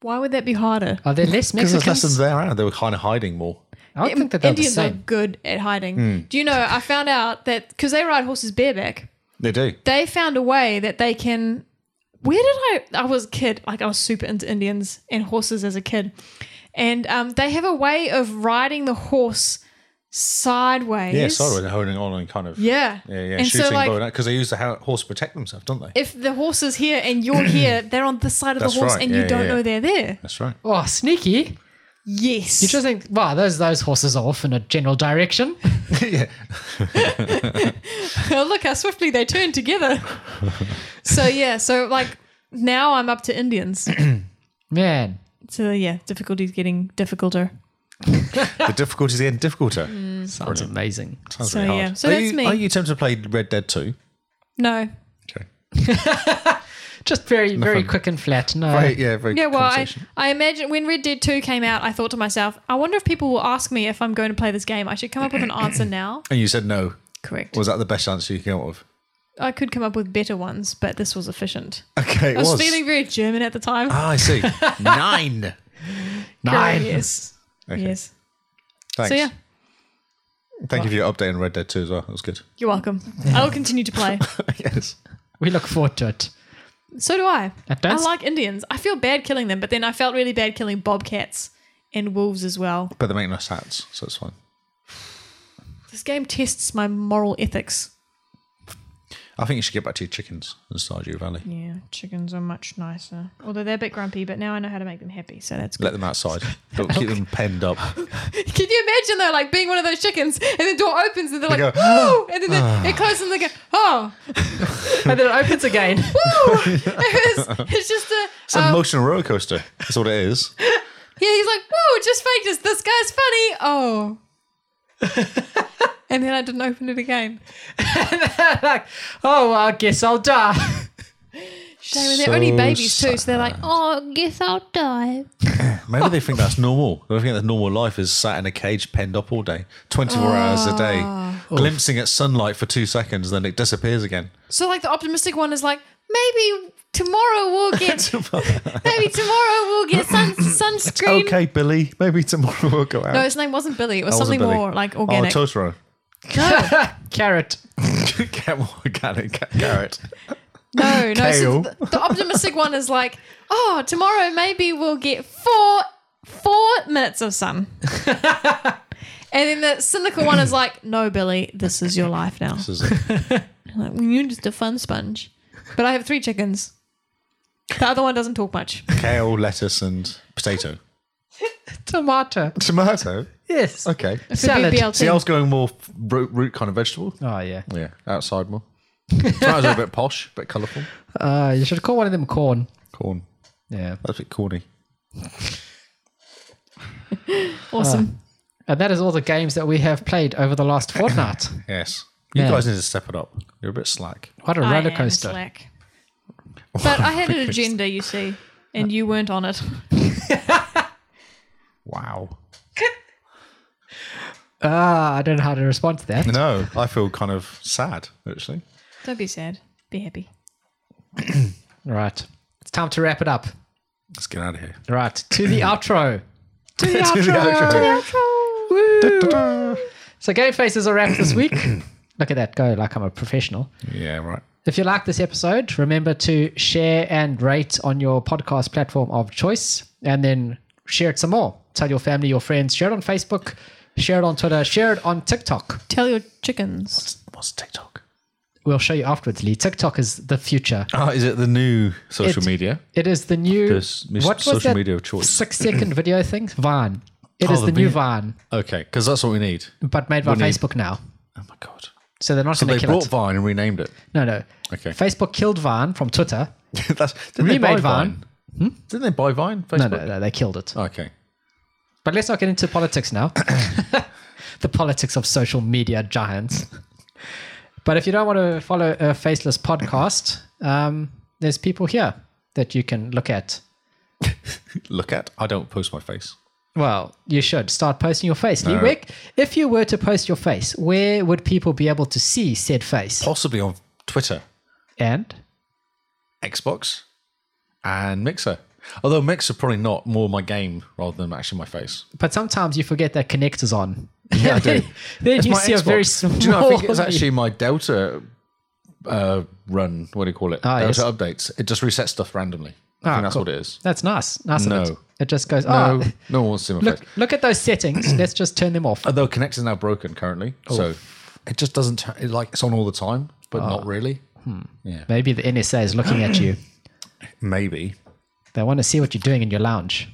S2: Why would that be harder?
S3: Are there less
S1: Because there's less of
S3: Mexicans?
S1: them around. They were kind of hiding more.
S3: I would
S2: Im-
S3: think that they're the
S2: Indians are
S3: same.
S2: good at hiding. Do you know? I found out that because they ride horses bareback,
S1: They do.
S2: they found a way that they can. Where did I? I was a kid, like I was super into Indians and horses as a kid, and um, they have a way of riding the horse sideways.
S1: Yeah, sorry, they're holding on and kind of.
S2: Yeah,
S1: Yeah, yeah,
S2: And
S1: shooting eh?
S2: so, like,
S1: because they use the ho- horse to protect themselves, don't they?
S2: if the horse is here and
S1: *clears throat*
S2: you're here, they're on this side of
S1: That's
S2: the horse,
S1: right.
S2: and
S1: Yeah,
S2: you
S1: yeah,
S2: don't
S1: yeah.
S2: know they're there.
S1: That's right.
S3: Oh, sneaky.
S2: Yes.
S3: You just think, wow, those those horses are off in a general direction.
S1: yeah,
S2: *laughs* Oh, look how swiftly they turn together.
S1: *laughs*
S2: so yeah, so like now I'm up
S1: *clears throat*
S2: to Indians.
S3: Man.
S2: So yeah, difficulty's getting difficulter.
S1: the difficulty's getting difficulter.
S2: Mm.
S3: Sounds amazing.
S1: Sounds
S2: So,
S1: very hard.
S2: yeah. So
S1: are
S2: that's
S1: you,
S2: me.
S1: Are you tempted to play Red Dead Two?
S2: No.
S1: Okay.
S3: Just very, very
S1: Nothing.
S3: quick and flat. No.
S1: Right. Yeah. Very.
S2: Yeah, well, I,
S1: conversation.
S2: I imagine when Red Dead 2 came out, I thought to myself, I wonder if people will ask me if I'm going to play this game. I should come up with
S1: *coughs*
S2: an answer now.
S1: And you said no.
S2: Correct.
S1: Was that the best answer you came up with?
S2: I could come up with better ones, but this was efficient.
S1: Okay, it
S2: I was,
S1: was.
S2: feeling very German at the time.
S1: ah, I
S2: *laughs*
S1: see. Nine.
S2: Correct,
S1: Nine.
S2: Yes.
S1: *laughs* Okay.
S2: Yes.
S1: Thanks.
S2: So yeah,
S1: Thank you for your update on Red Dead Two as well. That was good. *laughs*
S2: you're welcome. I will continue to play.
S1: yes.
S3: *laughs* We look forward to it. *laughs*
S2: So do I.
S3: That does-
S2: I like Indians. I feel bad killing them, but then I felt really bad killing bobcats and wolves as well.
S1: But they make nice hats, so it's fine.
S2: This game tests my moral ethics.
S1: I I think you should get back to your chickens in Stardew Valley.
S2: Yeah, chickens are much nicer. Although they're a bit grumpy, but now I know how to make them happy, so that's good.
S1: Let them
S2: *laughs*
S1: outside. But keep them penned up.
S2: Can you imagine though, like being one of those chickens, and the door opens, and they're
S1: They
S2: like,
S1: go, *gasps* Ah.
S2: "Oh!" and then they- it closes, and they go, "Oh!"
S3: *laughs* and then it opens
S2: *laughs*
S3: again.
S1: *laughs*
S2: Woo! It was- it's just a.
S1: It's an
S2: um,
S1: emotional roller coaster. That's what it is.
S2: yeah, he's like, "Woo!" Just faked us. This guy's funny.
S1: *laughs*
S2: Oh. and then I didn't open it again.
S3: like, oh, well, I guess I'll die. *laughs*
S2: Shame, and they're only
S1: So
S2: babies too, so they're like, "Oh, guess I'll die."
S1: Maybe they think that's normal. They think that normal life is sat in a cage penned up all day, 24 hours a day,
S2: Ah.
S1: glimpsing at sunlight for two seconds, then it disappears again.
S2: So like the optimistic one is like, maybe tomorrow
S1: *laughs*
S2: we'll get, *laughs* maybe tomorrow we'll get sun sunscreen.
S1: Okay, Billy, maybe tomorrow we'll go out.
S2: No, his name wasn't Billy. It was
S1: That wasn't
S2: something
S1: Billy.
S2: more like organic.
S1: Oh, Totoro.
S2: *laughs*
S1: *laughs*
S2: no,
S3: Carrot. *laughs*
S1: Get more organic ca- carrot.
S2: no, no.
S1: Kale.
S2: So the, the optimistic one is like, oh, tomorrow maybe we'll get four four minutes of sun. and then the cynical one is like, no, Billy, this is your life now.
S1: This is it.
S2: Like, well, you're just a fun sponge. But I have three chickens. The other one doesn't talk much.
S1: Kale, lettuce, and potato.
S3: Tomato.
S1: Tomato.
S3: Yes.
S1: Okay.
S2: It's a
S3: Salad.
S2: BBLT.
S1: See, I was going more root, root kind of vegetable.
S3: Oh, yeah.
S1: Yeah, outside more. Tomatoes are a bit posh, a bit colourful.
S3: Uh, you should call one of them corn.
S1: Corn.
S3: Yeah.
S1: That's a bit corny.
S2: Awesome.
S3: And that is all the games that we have played over the last
S2: *laughs*
S3: fortnight.
S1: Yes. You
S3: Yeah.
S1: guys need to step it up. You're a bit slack.
S3: What a
S2: I am
S3: roller coaster.
S2: slack. But I had an agenda, you see, and you weren't on it.
S1: *laughs*
S2: *laughs*
S1: Wow.
S3: Ah, I don't know how to respond to that.
S1: No, I feel kind of sad, actually.
S2: Don't be sad. Be happy.
S3: Right. It's time to wrap it up.
S1: Let's get out of here.
S3: Right.
S1: *clears throat*
S3: To the outro. To the
S1: *laughs* To
S3: outro.
S1: the outro.
S3: Woo. so Game Faces are wrapped
S1: *coughs*
S3: this week. Look at that go like I'm a professional.
S1: Yeah, right.
S3: If you like this episode, remember to share and rate on your podcast platform of choice and then share it some more. Tell your family, your friends, share it on Facebook, share it on Twitter, share it on TikTok.
S2: Tell your chickens.
S1: What's TikTok?
S3: We'll show you afterwards, Lee. TikTok is the future.
S1: Oh, is it the new social
S3: It-
S1: media?
S3: It is the new
S1: This- this
S3: what was
S1: social
S3: that
S1: media of choice.
S3: Six second
S1: *coughs*
S3: video thing? Vine. It is
S1: Oh,
S3: the,
S1: the
S3: new
S1: vi-
S3: Vine,
S1: Okay, because that's what we need.
S3: but made by
S1: We need-
S3: Facebook now.
S1: Oh my god.
S3: So they're not
S1: So
S3: going
S1: they
S3: to kill
S1: brought
S3: it.
S1: Vine and renamed *laughs* it.
S3: no, no.
S1: Okay.
S3: Facebook killed Vine from Twitter.
S1: that's didn't they buy
S3: Remade
S1: Vine? Hmm? Didn't they buy Vine?
S3: No,
S1: Facebook?
S3: no, no. They killed it.
S1: Okay.
S3: Oh. But let's not get into
S1: *coughs*
S3: politics now. *laughs* the politics of social media giants. But if you don't want to follow a faceless podcast, um, there's people here that you can look at.
S1: Look at. I don't post my face.
S3: Well, you should start posting your face. Lee Wick, if you were to post your face, where would people be able to see said face?
S1: Possibly on Twitter,
S3: And
S1: Xbox, and Mixer. Although Mixer probably not more my game rather than actually my face.
S3: but sometimes you forget that connect is on. *laughs*
S1: Yeah, I do.
S3: then
S1: It's
S3: you
S1: my
S3: see a very
S1: Xbox.
S3: small.
S1: Do you know? I
S3: *laughs*
S1: think it's actually my Delta uh, run. What do you call it?
S3: Ah, yes.
S1: Delta updates. It just resets stuff randomly. I
S3: Ah,
S1: think that's
S3: cool.
S1: what it is.
S3: That's nice. Nice of
S1: No.
S3: it. It just goes.
S1: No,
S3: Oh,
S1: no one wants to see my face.
S3: look, look at
S1: *clears throat*
S3: those settings. Let's just turn them off.
S1: Although Connect is now broken currently,
S3: Oh.
S1: so it just doesn't turn- it, like it's on all the time, but
S3: Ah.
S1: not really.
S3: Maybe the NSA is looking at you.
S1: Maybe.
S3: They want to see what you're doing in your lounge.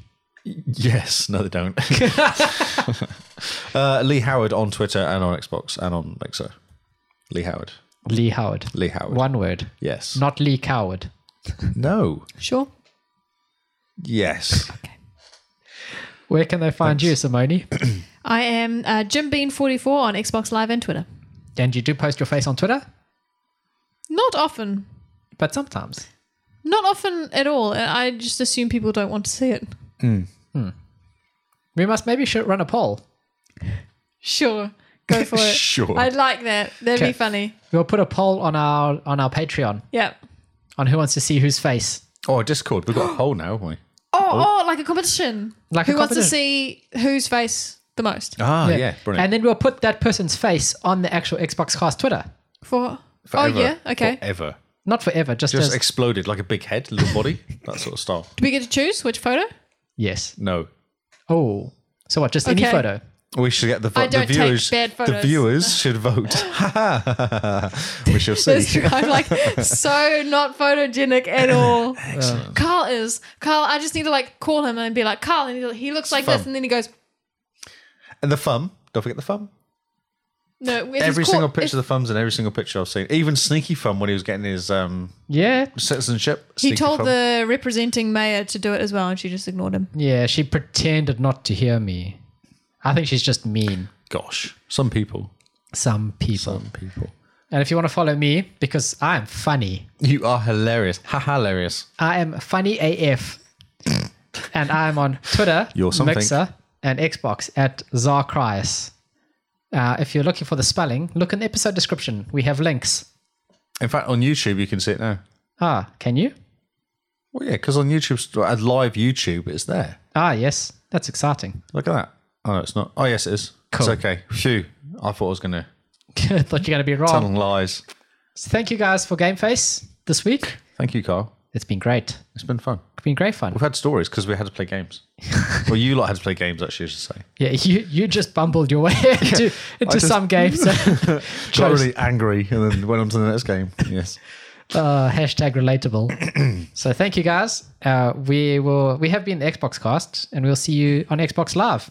S1: Yes. No, they
S3: *laughs*
S1: don't. *laughs* uh, Lee Howard on Twitter and on Xbox and on Mixer. Lee Howard.
S3: Lee Howard.
S1: Lee Howard.
S3: One word.
S1: Yes.
S3: Not Lee Coward.
S1: no.
S2: Sure.
S1: Yes.
S3: Where can they find you, Simone?
S2: I am uh, Jim Bean 44 on Xbox Live and Twitter.
S3: and you do post your face on Twitter,
S2: Not often.
S3: but sometimes.
S2: Not often at all. and I just assume people don't want to see it.
S3: We must maybe should run a poll.
S2: Sure. Go for it.
S1: Sure.
S2: I'd like that. That'd
S3: Okay.
S2: be funny.
S3: We'll put a poll on our on our Patreon
S2: Yeah.
S3: on who wants to see whose face.
S1: Oh, Discord. We've got a poll now, haven't we?
S2: Oh, oh, like a competition.
S3: Like a
S2: Who wants to
S3: competition.
S2: see whose face the most?
S1: Ah, yeah. Brilliant.
S3: And then we'll put that person's face on the actual Xbox Cast Twitter.
S2: For.
S1: Forever.
S2: Oh, yeah. Okay.
S1: Forever.
S3: Not forever, just,
S1: Just
S3: as
S1: exploded like a big head, little
S2: *laughs*
S1: body, that sort of style.
S2: Do we get to choose which photo?
S3: yes.
S1: No.
S3: Oh, so what? Just any
S2: Okay.
S3: photo.
S4: We should get the, vo-
S2: I don't
S4: the
S2: take
S4: viewers.
S2: bad
S4: The
S2: photos.
S4: viewers
S2: *laughs*
S4: should vote. *laughs* we shall see.
S2: That's true. I'm like so not photogenic at all. Carl is Carl. I just need to like call him and be like Carl, and he- he looks like this,
S4: Fun.
S2: and then he goes,
S4: And the thumb. Don't forget the thumb.
S2: "No." if he's
S4: Every
S2: caught-
S4: single
S2: if-
S4: picture of the thumb's in every single picture I've seen. Even sneaky thumb when he was getting his um,
S3: Yeah.
S4: citizenship.
S2: He
S4: Sneaky
S2: told
S4: thumb.
S2: the representing mayor to do it as well, and she just ignored him.
S3: Yeah, she pretended not to hear me. I think she's just mean.
S1: Gosh, some people.
S3: Some people.
S4: Some people.
S3: And if you want to follow me, because I'm funny,
S4: You are hilarious. Ha hilarious.
S3: I am funny AF. and I'm on Twitter,
S4: *laughs* You're something.
S3: Mixer, and Xbox at Zarkrius. Uh, if you're looking for the spelling, look in the episode description. We have links.
S1: In fact, on YouTube you can see it now.
S3: Ah, can you?
S1: Well, yeah, because on YouTube, at live YouTube, it's there.
S3: Ah, yes. That's exciting. *laughs*
S1: Look at that. Oh, no, it's not. Oh, yes, it is.
S3: Cool.
S1: It's okay. Phew. I thought I was going to
S3: I thought you're going to be
S4: Oh.
S3: wrong.
S1: telling lies.
S3: So thank you guys for Game Face this week.
S1: Thank you, Carl.
S3: It's been great.
S1: It's been fun.
S3: It's been great fun.
S1: We've had stories because we had to
S4: *laughs*
S1: play games. well, you lot had to play games, actually, I should say.
S3: Yeah, you, you just bumbled your way *laughs* into, into
S4: just-
S3: some games.
S4: Got
S3: Chose-
S4: really angry and then went on to the next
S1: *laughs*
S4: game. Yes.
S3: uh, hashtag relatable. so thank you guys. Uh, we will we have been Xbox Cast, and we'll see you on Xbox Live.